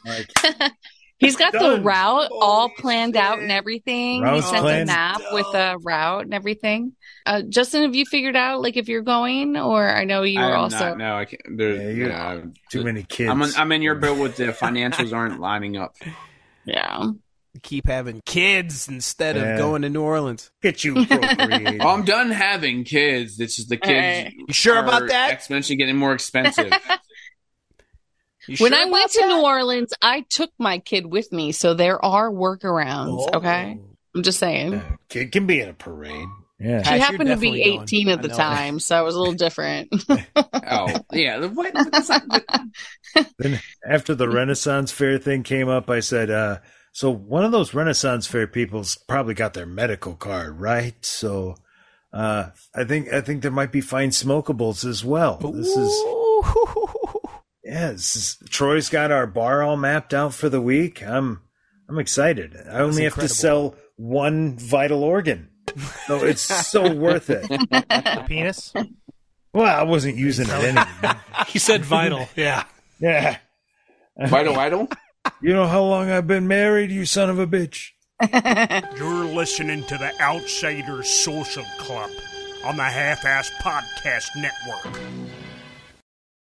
[SPEAKER 1] Like,
[SPEAKER 3] He's got the
[SPEAKER 1] Done.
[SPEAKER 3] route all planned out and everything.
[SPEAKER 1] Route's
[SPEAKER 3] he sent a
[SPEAKER 1] planned.
[SPEAKER 3] map with a route and everything. Uh, Justin, have you figured out like if you're going, or I know you
[SPEAKER 2] I
[SPEAKER 3] were
[SPEAKER 2] am
[SPEAKER 3] also
[SPEAKER 2] Not, no, I can't. There,
[SPEAKER 1] Yeah, you're-
[SPEAKER 2] no, I'm-
[SPEAKER 1] too many kids.
[SPEAKER 2] I'm, in, I'm in your boat with the financials aren't lining up.
[SPEAKER 3] yeah.
[SPEAKER 4] Keep having kids instead
[SPEAKER 1] Yeah.
[SPEAKER 4] of going to New Orleans.
[SPEAKER 1] Get you procreating.
[SPEAKER 2] Oh, I'm done having kids. It's just the kids.
[SPEAKER 3] Alright.
[SPEAKER 4] You sure about
[SPEAKER 2] are
[SPEAKER 4] that?
[SPEAKER 2] Exponentially getting more expensive.
[SPEAKER 4] You
[SPEAKER 3] When
[SPEAKER 4] sure
[SPEAKER 3] I
[SPEAKER 4] about
[SPEAKER 3] went to
[SPEAKER 4] that?
[SPEAKER 3] New Orleans, I took my kid with me, so there are workarounds. Okay,
[SPEAKER 4] Oh.
[SPEAKER 3] I'm just saying.
[SPEAKER 1] Yeah, Kid can be in a parade. Yeah.
[SPEAKER 3] She
[SPEAKER 4] Cash, you're
[SPEAKER 3] happened to be
[SPEAKER 4] definitely going.
[SPEAKER 3] 18 at
[SPEAKER 4] I
[SPEAKER 3] the
[SPEAKER 4] know.
[SPEAKER 3] time, so it was a little different.
[SPEAKER 2] oh, yeah. the- What? That's not,
[SPEAKER 1] Then after the Renaissance Fair thing came up, I said, uh, so one of those Renaissance Fair people's probably got their medical card, right? So uh, I think I think there might be fine smokables as well. This is
[SPEAKER 4] Ooh.
[SPEAKER 1] yeah, this is, Troy's got our bar all mapped out for the week. I'm I'm excited. I only have to
[SPEAKER 4] incredible.
[SPEAKER 1] sell one vital organ. So it's so worth it.
[SPEAKER 11] the penis.
[SPEAKER 1] Well, I wasn't using it anyway.
[SPEAKER 9] He said vital. Yeah.
[SPEAKER 1] Yeah.
[SPEAKER 2] Vital, vital.
[SPEAKER 1] You know how long I've been married, you son of a bitch.
[SPEAKER 10] You're listening to the Outsiders Social Club on the Half Ass Podcast Network.